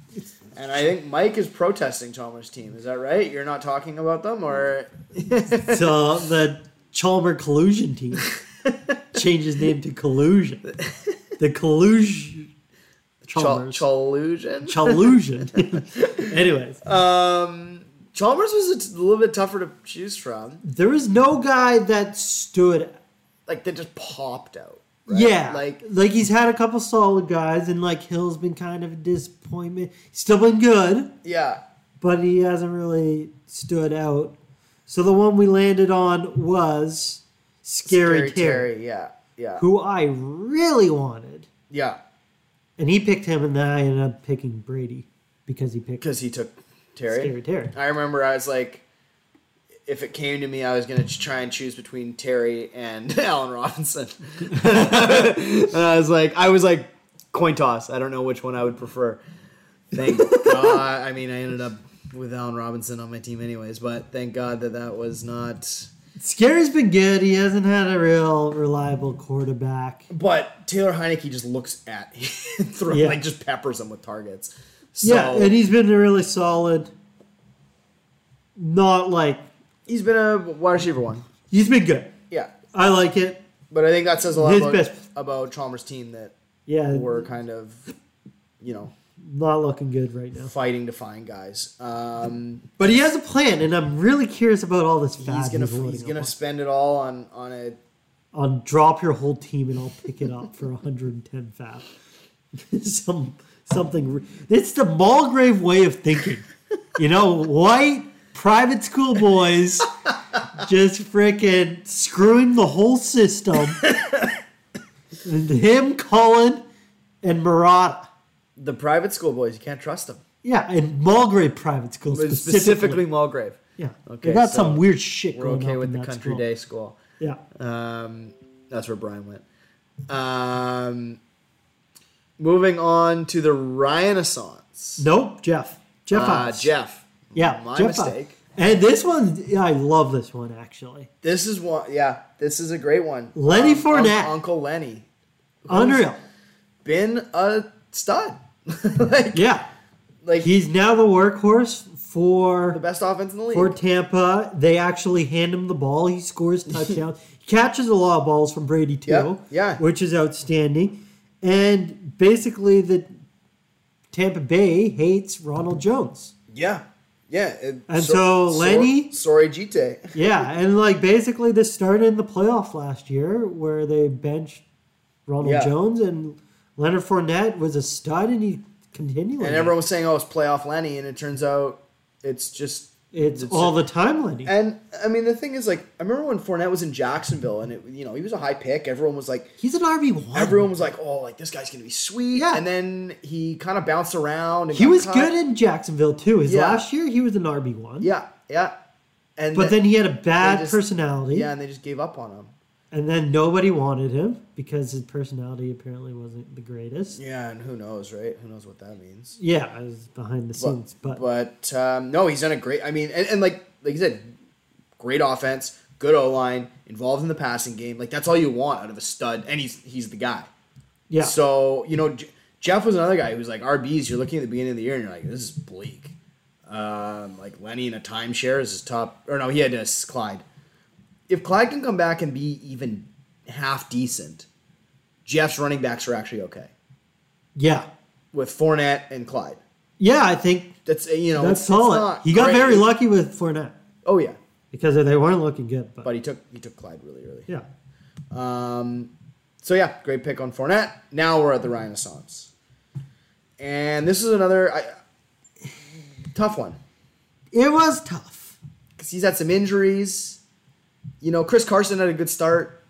Speaker 3: And I think Mike is protesting Chalmers' team. Is that right? You're not talking about them, or
Speaker 4: So the Chalmer collusion team changed his name to collusion. The collusion.
Speaker 3: Chal-
Speaker 4: Chalmers.
Speaker 3: Chalusion?
Speaker 4: Challusion. Anyways,
Speaker 3: Um, Chalmers was a t- little bit tougher to choose from.
Speaker 4: there was no guy that stood.
Speaker 3: Like they just popped out.
Speaker 4: Yeah, like
Speaker 3: like-
Speaker 4: like he's had a couple solid guys, and like Hill's been kind of a disappointment. He's still been good,
Speaker 3: Yeah,
Speaker 4: but he hasn't really stood out. So the one we landed on was Scary, Terry,
Speaker 3: Yeah, yeah,
Speaker 4: who I really wanted,
Speaker 3: yeah.
Speaker 4: and he picked him, and then I ended up picking Brady because he picked
Speaker 3: Because he took Terry.
Speaker 4: Scary Terry.
Speaker 3: I remember I was like, if it came to me, I was gonna ch- try and choose between Terry and Allen Robinson. and I was like, I was like, coin toss. I don't know which one I would prefer. Thank God. I mean, I ended up with Allen Robinson on my team, anyways. But thank God that that was not.
Speaker 4: Scary's been good. He hasn't had a real reliable quarterback.
Speaker 3: But Taylor Heineke just looks at, throw,
Speaker 4: Yeah.
Speaker 3: like just peppers him with targets. So
Speaker 4: Yeah, and he's been really solid. Not like
Speaker 3: he's been a wide receiver one.
Speaker 4: he's been good.
Speaker 3: Yeah.
Speaker 4: I like it.
Speaker 3: But I think that says a lot
Speaker 4: His
Speaker 3: about,
Speaker 4: best-
Speaker 3: about Chalmers' team that
Speaker 4: Yeah,
Speaker 3: were kind of, you know,
Speaker 4: not looking good right now.
Speaker 3: fighting to find guys. Um,
Speaker 4: But he has a plan, and I'm really curious about all this. fad
Speaker 3: he's gonna
Speaker 4: loading
Speaker 3: he's gonna
Speaker 4: up
Speaker 3: spend it all on on a
Speaker 4: on on drop your whole team, and I'll pick it up for 110 fab. Some something. re- It's the Mulgrave way of thinking. You know, white private school boys just freaking screwing the whole system. And him, Cullen, and Murata.
Speaker 3: the private school boys. You can't trust them,
Speaker 4: Yeah, and Mulgrave private school
Speaker 3: But
Speaker 4: specifically.
Speaker 3: specifically Mulgrave.
Speaker 4: yeah.
Speaker 3: Okay,
Speaker 4: they got
Speaker 3: so
Speaker 4: some weird shit
Speaker 3: We're
Speaker 4: going on.
Speaker 3: okay with
Speaker 4: in
Speaker 3: the
Speaker 4: that
Speaker 3: country
Speaker 4: school.
Speaker 3: day school.
Speaker 4: Yeah,
Speaker 3: Um, that's where Brian went. Um, moving on to the Renaissance.
Speaker 4: nope. Jeff. Jeff.
Speaker 3: Uh,
Speaker 4: Ives.
Speaker 3: Jeff.
Speaker 4: Yeah,
Speaker 3: my
Speaker 4: Jeff Ives.
Speaker 3: mistake.
Speaker 4: And this one, yeah, I love this one actually.
Speaker 3: This is one. Yeah, this is a great one. Um,
Speaker 4: Lenny Fournette.
Speaker 3: Uncle Lenny,
Speaker 4: Unreal.
Speaker 3: been a stud. like
Speaker 4: Yeah,
Speaker 3: like he's
Speaker 4: he's now the workhorse
Speaker 3: the
Speaker 4: for
Speaker 3: best offense in the league.
Speaker 4: for Tampa. They actually hand him the ball. He scores touchdowns. he catches a lot of balls from Brady too.
Speaker 3: Yep, yeah.
Speaker 4: which is outstanding. And basically, the Tampa Bay hates Ronald Jones.
Speaker 3: Yeah, yeah.
Speaker 4: And so Lenny-
Speaker 3: sorry, Gite.
Speaker 4: Yeah, and like basically this started in the playoff last year where they benched Ronald
Speaker 3: Yeah.
Speaker 4: Jones and Leonard Fournette was a stud and he continued.
Speaker 3: And everyone was saying, "Oh, it's playoff Lenny," and it turns out it's just.
Speaker 4: it's,
Speaker 3: it's-
Speaker 4: all the time, Lenny.
Speaker 3: And I mean, the thing is, like, I remember when Fournette was in Jacksonville, and it, you know, he was a high pick. Everyone was like,
Speaker 4: He's an RB one.
Speaker 3: everyone was like, "Oh, like this guy's gonna be sweet."
Speaker 4: Yeah.
Speaker 3: And then he kind of bounced around. And
Speaker 4: he
Speaker 3: got
Speaker 4: was
Speaker 3: cut.
Speaker 4: good in Jacksonville too. His
Speaker 3: Yeah.
Speaker 4: last year he was an RB one.
Speaker 3: yeah, yeah. And
Speaker 4: But then he had a bad
Speaker 3: they just-
Speaker 4: personality.
Speaker 3: yeah, and they just gave up on him.
Speaker 4: And then nobody wanted him because his personality apparently wasn't the greatest. Yeah,
Speaker 3: Yeah, and who knows, right? Who knows what that means?
Speaker 4: it was behind the scenes. But,
Speaker 3: But um, no, he's done a great. I mean, and, and like like you said, great offense, good O line, involved in the passing game. Like that's all you want out of a stud, and he's he's the guy.
Speaker 4: yeah.
Speaker 3: So you know, J- Jeff was another guy who was like RBs. You're looking at the beginning of the year, and you're like, this is bleak. Um, like Lenny in a timeshare is his top, or no, he had this Clyde. If Clyde can come back and be even half decent, Jeff's running backs are actually okay
Speaker 4: yeah.
Speaker 3: with Fournette and Clyde.
Speaker 4: Yeah, I think
Speaker 3: That's uh, you know
Speaker 4: that's
Speaker 3: it's- it's
Speaker 4: solid.
Speaker 3: not
Speaker 4: He got
Speaker 3: great.
Speaker 4: very lucky with Fournette.
Speaker 3: Oh yeah,
Speaker 4: because they weren't looking good. But,
Speaker 3: but he took he took Clyde really early.
Speaker 4: yeah,
Speaker 3: Um, so yeah, great pick on Fournette. Now we're at the Renaissance, and this is another I, tough one
Speaker 4: it was tough.
Speaker 3: because he's had some injuries. You know, Chris Carson had a good start,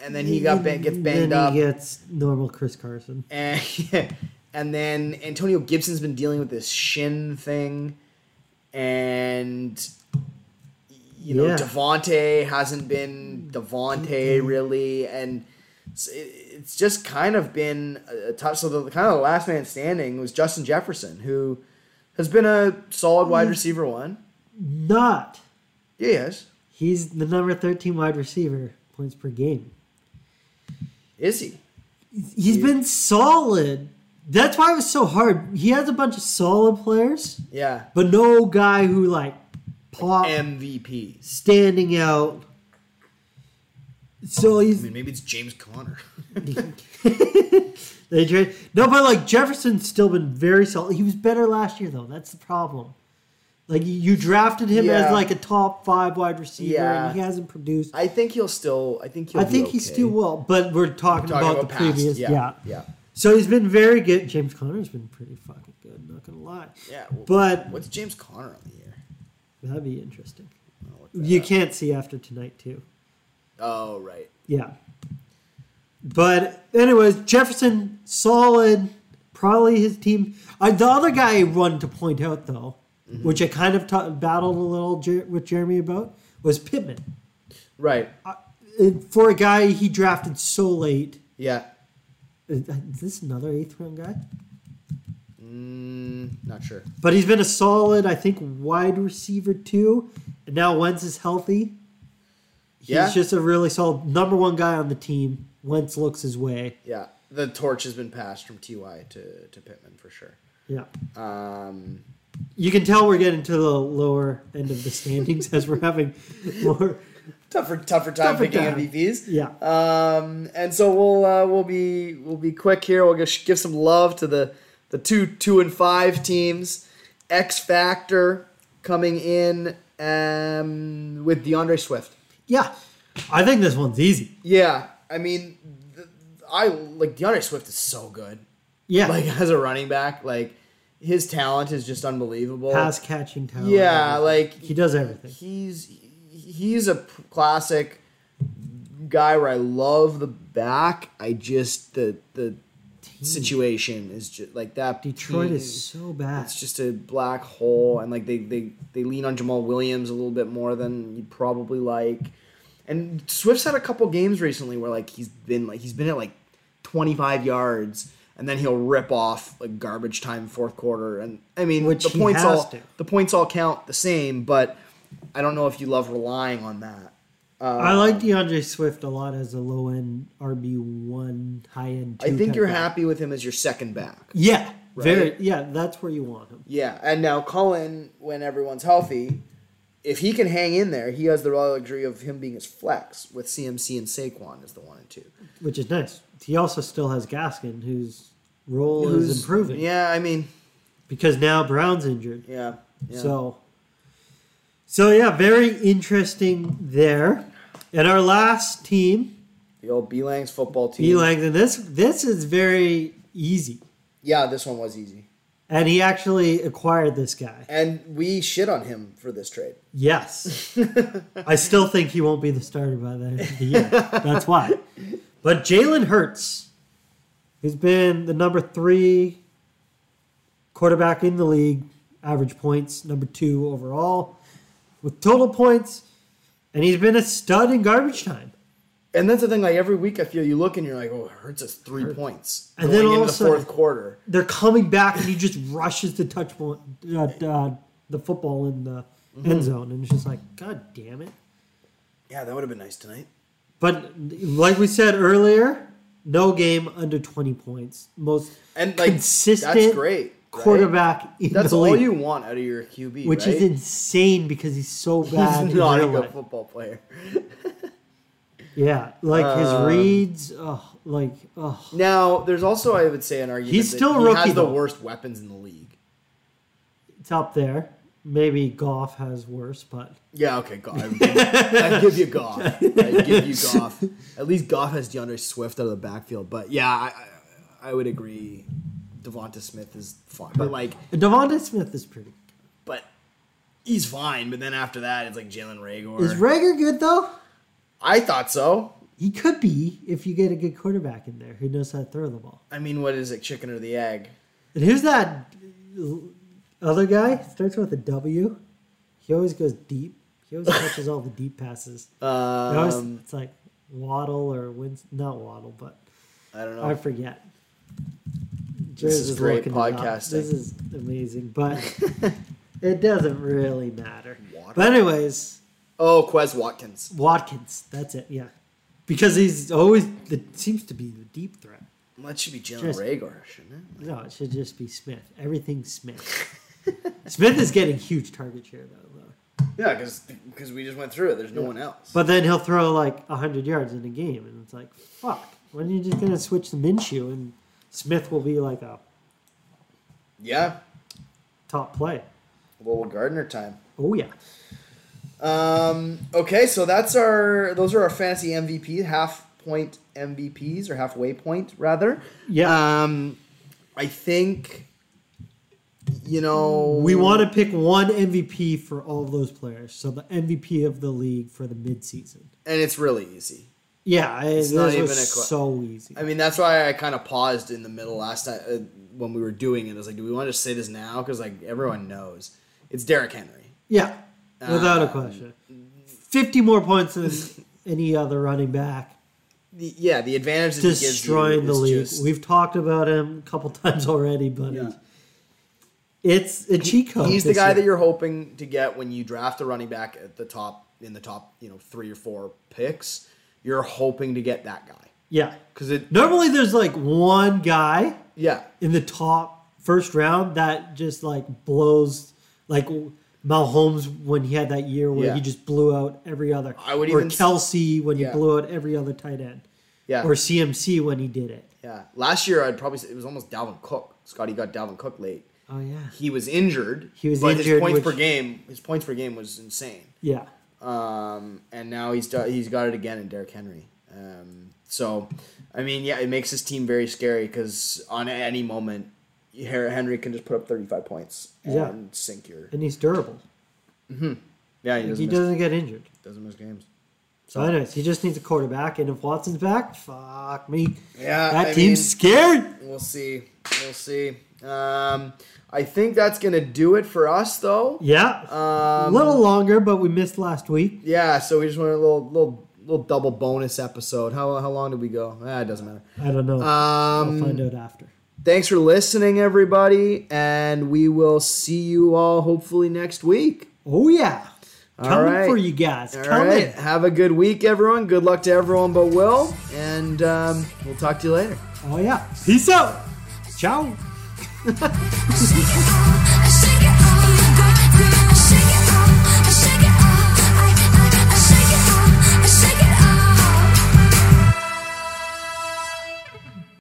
Speaker 3: and then he got ba- gets banged
Speaker 4: then
Speaker 3: up,
Speaker 4: He gets normal Chris Carson.
Speaker 3: and and then Antonio Gibson's been dealing with this shin thing, and. You know,
Speaker 4: Yeah.
Speaker 3: Devonte hasn't been Devonte really, and it's, it's just kind of been a, a tough. So the kind of the last man standing was Justin Jefferson, who has been a
Speaker 4: Mm.
Speaker 3: solid wide receiver one.
Speaker 4: Not
Speaker 3: Yeah, yes,
Speaker 4: he's the number thirteen wide receiver points per game.
Speaker 3: is he?
Speaker 4: He's been solid, That's why it was so hard. He has a bunch of solid players,
Speaker 3: Yeah.
Speaker 4: but no guy who like pop
Speaker 3: MVPs.
Speaker 4: standing out. So
Speaker 3: I
Speaker 4: he's
Speaker 3: mean, maybe it's James Conner.
Speaker 4: they tra- no, but like Jefferson's still been very solid. He was better last year though. That's the problem. Like you- you drafted him
Speaker 3: Yeah.
Speaker 4: as like a top five wide receiver,
Speaker 3: Yeah.
Speaker 4: and he hasn't produced.
Speaker 3: I think he'll still. I think he'll.
Speaker 4: I
Speaker 3: be
Speaker 4: think
Speaker 3: okay.
Speaker 4: he still will, but we're talking,
Speaker 3: Talking
Speaker 4: about,
Speaker 3: about
Speaker 4: the
Speaker 3: past,
Speaker 4: previous.
Speaker 3: yeah,
Speaker 4: yeah.
Speaker 3: yeah.
Speaker 4: So he's been very good. James Conner's been pretty fucking good, not gonna lie.
Speaker 3: Yeah. Well,
Speaker 4: But
Speaker 3: what's James Conner on the year?
Speaker 4: that'd be interesting.
Speaker 3: I'm gonna look that
Speaker 4: You
Speaker 3: up.
Speaker 4: can't see after tonight too.
Speaker 3: Oh right.
Speaker 4: Yeah. But anyways, Jefferson solid, probably his team. I, the other guy I wanted to point out though, which I kind of ta battled a little Jer- with Jeremy about, was Pittman.
Speaker 3: Right.
Speaker 4: And For a guy he drafted so late,
Speaker 3: Yeah.
Speaker 4: is is this another eighth round guy?
Speaker 3: Mm, not sure.
Speaker 4: But he's been a solid, I think, wide receiver too. And now Wentz is healthy. He's
Speaker 3: Yeah.
Speaker 4: just a really solid number one guy on the team. Wentz looks his way.
Speaker 3: Yeah. The torch has been passed from Ty to to Pittman for sure.
Speaker 4: Yeah.
Speaker 3: Um.
Speaker 4: You can tell we're getting to the lower end of the standings as we're having more.
Speaker 3: Tougher, tougher time
Speaker 4: Tougher
Speaker 3: picking
Speaker 4: time.
Speaker 3: MVPs.
Speaker 4: Yeah.
Speaker 3: Um, and so we'll uh, we'll be we'll be quick here. We'll just give some love to the the two two and five teams. X Factor coming in um, with DeAndre Swift.
Speaker 4: Yeah. I think this one's easy.
Speaker 3: Yeah, I mean, th- I like DeAndre Swift is so good.
Speaker 4: Yeah.
Speaker 3: Like as a running back, like his talent is just unbelievable.
Speaker 4: Pass catching talent.
Speaker 3: yeah, like
Speaker 4: He does everything.
Speaker 3: he's he's a p- classic guy where I love the back. I just the the situation is just like that.
Speaker 4: Detroit
Speaker 3: team,
Speaker 4: is so bad.
Speaker 3: It's just a black hole, and like they they they lean on Jamal Williams a little bit more than you'd probably like. And Swift's had a couple games recently where like he's been like he's been at like 25 yards. And then he'll rip off like garbage time fourth quarter, and I mean
Speaker 4: Which
Speaker 3: the
Speaker 4: he
Speaker 3: points
Speaker 4: has
Speaker 3: all
Speaker 4: to.
Speaker 3: the points all count the same, but I don't know if you love relying on that. uh,
Speaker 4: I like DeAndre Swift a lot as a low end RB one, high end.
Speaker 3: I think you're
Speaker 4: happy.
Speaker 3: happy with him as your second back.
Speaker 4: Yeah. Very
Speaker 3: Right?
Speaker 4: yeah, that's where you want him.
Speaker 3: Yeah, and now Cullen, when everyone's healthy, if he can hang in there, he has the luxury of him being his flex with CMC and Saquon as the one and two.
Speaker 4: Which is nice. He also still has Gaskin whose role is improving.
Speaker 3: Yeah, I mean,
Speaker 4: Because now Brown's injured.
Speaker 3: yeah. yeah.
Speaker 4: So So yeah, very interesting there. And our last team,
Speaker 3: the old Belang's football team.
Speaker 4: B Langdon, this this is very easy.
Speaker 3: Yeah, this one was easy,
Speaker 4: And he actually acquired this guy.
Speaker 3: and we shit on him for this trade.
Speaker 4: Yes. I still think he won't be the starter by the end of the year. That's why. But Jalen Hurts, who's been the number three quarterback in the league, average points, number two overall, with total points, and he's been a stud in garbage time.
Speaker 3: And that's the thing. Like every week, I feel you look and you're like, "Oh, it hurts us three points."
Speaker 4: And
Speaker 3: going
Speaker 4: then all
Speaker 3: into
Speaker 4: of a
Speaker 3: the
Speaker 4: sudden-
Speaker 3: fourth quarter,
Speaker 4: They're coming back, and he just rushes the touch point, uh, uh, the football in the end zone, and it's just like, God damn it.
Speaker 3: yeah, that would have been nice tonight.
Speaker 4: But like we said earlier, no game under 20 points. Most
Speaker 3: And like
Speaker 4: consistent
Speaker 3: that's great. right?
Speaker 4: quarterback in
Speaker 3: That's
Speaker 4: the
Speaker 3: all
Speaker 4: league,
Speaker 3: you want out of your QB,
Speaker 4: which
Speaker 3: right?
Speaker 4: is insane because he's so bad.
Speaker 3: He's
Speaker 4: in
Speaker 3: not a
Speaker 4: real
Speaker 3: good
Speaker 4: life.
Speaker 3: football player.
Speaker 4: Yeah, like
Speaker 3: Um,
Speaker 4: his reads, oh, like oh,
Speaker 3: Now, there's also I would say an argument.
Speaker 4: He's
Speaker 3: that
Speaker 4: still a
Speaker 3: he
Speaker 4: rookie,
Speaker 3: Has the
Speaker 4: though.
Speaker 3: worst weapons in the league.
Speaker 4: it's up there. Maybe Goff has worse, but
Speaker 3: Yeah. Okay. Goff. I would give- I'd give you Goff. I'd give you Goff. At least Goff has DeAndre Swift out of the backfield. But yeah, I, I, I would agree. Devonta Smith is fine, but like,
Speaker 4: Devonta Smith is pretty.
Speaker 3: but he's fine. But then after that, it's like Jalen Rager.
Speaker 4: Is Rager good though?
Speaker 3: I thought so.
Speaker 4: He could be if you get a good quarterback in there who knows how to throw the ball.
Speaker 3: I mean, what is it, chicken or the egg?
Speaker 4: And who's that other guy? Starts with a W. He always goes deep. He always catches all the deep passes. He always-
Speaker 3: Um,
Speaker 4: it's like Waddle or Wins, not Waddle, but
Speaker 3: I don't know.
Speaker 4: I forget.
Speaker 3: This
Speaker 4: Jared's
Speaker 3: is
Speaker 4: just
Speaker 3: great
Speaker 4: looking it up.
Speaker 3: podcasting.
Speaker 4: This is amazing, but it doesn't really matter.
Speaker 3: Waddle.
Speaker 4: But anyways,
Speaker 3: oh, Quez Watkins.
Speaker 4: Watkins. That's it. Yeah, because he's always the seems to be the deep threat.
Speaker 3: Well, that should be Jalen
Speaker 4: Just-
Speaker 3: Rager, shouldn't it?
Speaker 4: No, it should just be Smith. Everything's Smith. Smith is getting huge target share though. though.
Speaker 3: Yeah, because we just went through it. There's no one else.
Speaker 4: But then he'll throw like 100 yards in a game, and it's like, fuck. When are you just going to switch to Minshew? And Smith will be like a
Speaker 3: yeah,
Speaker 4: top play.
Speaker 3: Lowell Gardner time.
Speaker 4: Oh, yeah.
Speaker 3: Um, okay, so that's our those are our fantasy MVP half point MVPs or halfway point rather.
Speaker 4: Yeah. uh,
Speaker 3: Um, I think you know
Speaker 4: we want to pick one MVP for all of those players. So the MVP of the league for the midseason.
Speaker 3: and it's really easy.
Speaker 4: Yeah, it's
Speaker 3: not
Speaker 4: not
Speaker 3: even
Speaker 4: even
Speaker 3: a que-
Speaker 4: so easy.
Speaker 3: I mean, that's why I kind of paused in the middle last time uh, when we were doing it. I was like, do we want to just say this now? Because like everyone knows it's Derrick Henry.
Speaker 4: yeah, without
Speaker 3: uh,
Speaker 4: a question. 50 more points than any other running back.
Speaker 3: The- yeah, the advantage that he gives you
Speaker 4: destroying the
Speaker 3: is
Speaker 4: league.
Speaker 3: just-
Speaker 4: We've talked about him a couple times already, but it's a cheat code.
Speaker 3: He's the
Speaker 4: Oh, this
Speaker 3: guy
Speaker 4: year.
Speaker 3: that you're hoping to get when you draft a running back at the top in the top, you know, three or four picks. You're hoping to get that guy
Speaker 4: Yeah.
Speaker 3: because it,
Speaker 4: Normally, there's like one guy
Speaker 3: yeah,
Speaker 4: in the top first round that just like blows, like Mahomes when he had that year where
Speaker 3: Yeah.
Speaker 4: he just blew out every other.
Speaker 3: I would
Speaker 4: or
Speaker 3: even s-
Speaker 4: Kelsey when
Speaker 3: Yeah.
Speaker 4: he blew out every other tight end,
Speaker 3: yeah,
Speaker 4: or CMC when he did it.
Speaker 3: yeah. Last year, I'd probably say it was almost Dalvin Cook. Scotty got Dalvin Cook late.
Speaker 4: Oh yeah,
Speaker 3: He was injured.
Speaker 4: He was
Speaker 3: but His
Speaker 4: injured,
Speaker 3: points
Speaker 4: which-
Speaker 3: per game, his points per game was insane.
Speaker 4: yeah.
Speaker 3: Um, and now he's do- he's got it again in Derrick Henry. Um, so, I mean, yeah, it makes his team very scary because on any moment, Her- Henry can just put up 35 points and
Speaker 4: Yeah.
Speaker 3: sink your.
Speaker 4: And he's durable.
Speaker 3: Yeah, he doesn't,
Speaker 4: He
Speaker 3: miss,
Speaker 4: doesn't get injured.
Speaker 3: doesn't miss games.
Speaker 4: So, anyways, he just needs a quarterback, and if Watson's back, fuck me.
Speaker 3: Yeah,
Speaker 4: that
Speaker 3: I
Speaker 4: team's
Speaker 3: mean-
Speaker 4: scared.
Speaker 3: We'll see. We'll see. Um, I think that's going to do it for us, though.
Speaker 4: Yeah, a
Speaker 3: Um,
Speaker 4: little longer, but we missed last week.
Speaker 3: Yeah, so we just want a little little little double bonus episode. How, how long did we go? Ah, it doesn't matter.
Speaker 4: I don't know.
Speaker 3: Um,
Speaker 4: I'll find out after.
Speaker 3: Thanks for listening, everybody, and we will see you all hopefully next week.
Speaker 4: Oh yeah, coming
Speaker 3: right.
Speaker 4: for you guys.
Speaker 3: All right,
Speaker 4: coming.
Speaker 3: Have a good week, everyone. Good luck to everyone but Will, and um, we'll talk to you later.
Speaker 4: Oh yeah. Peace out. Ciao.
Speaker 1: She can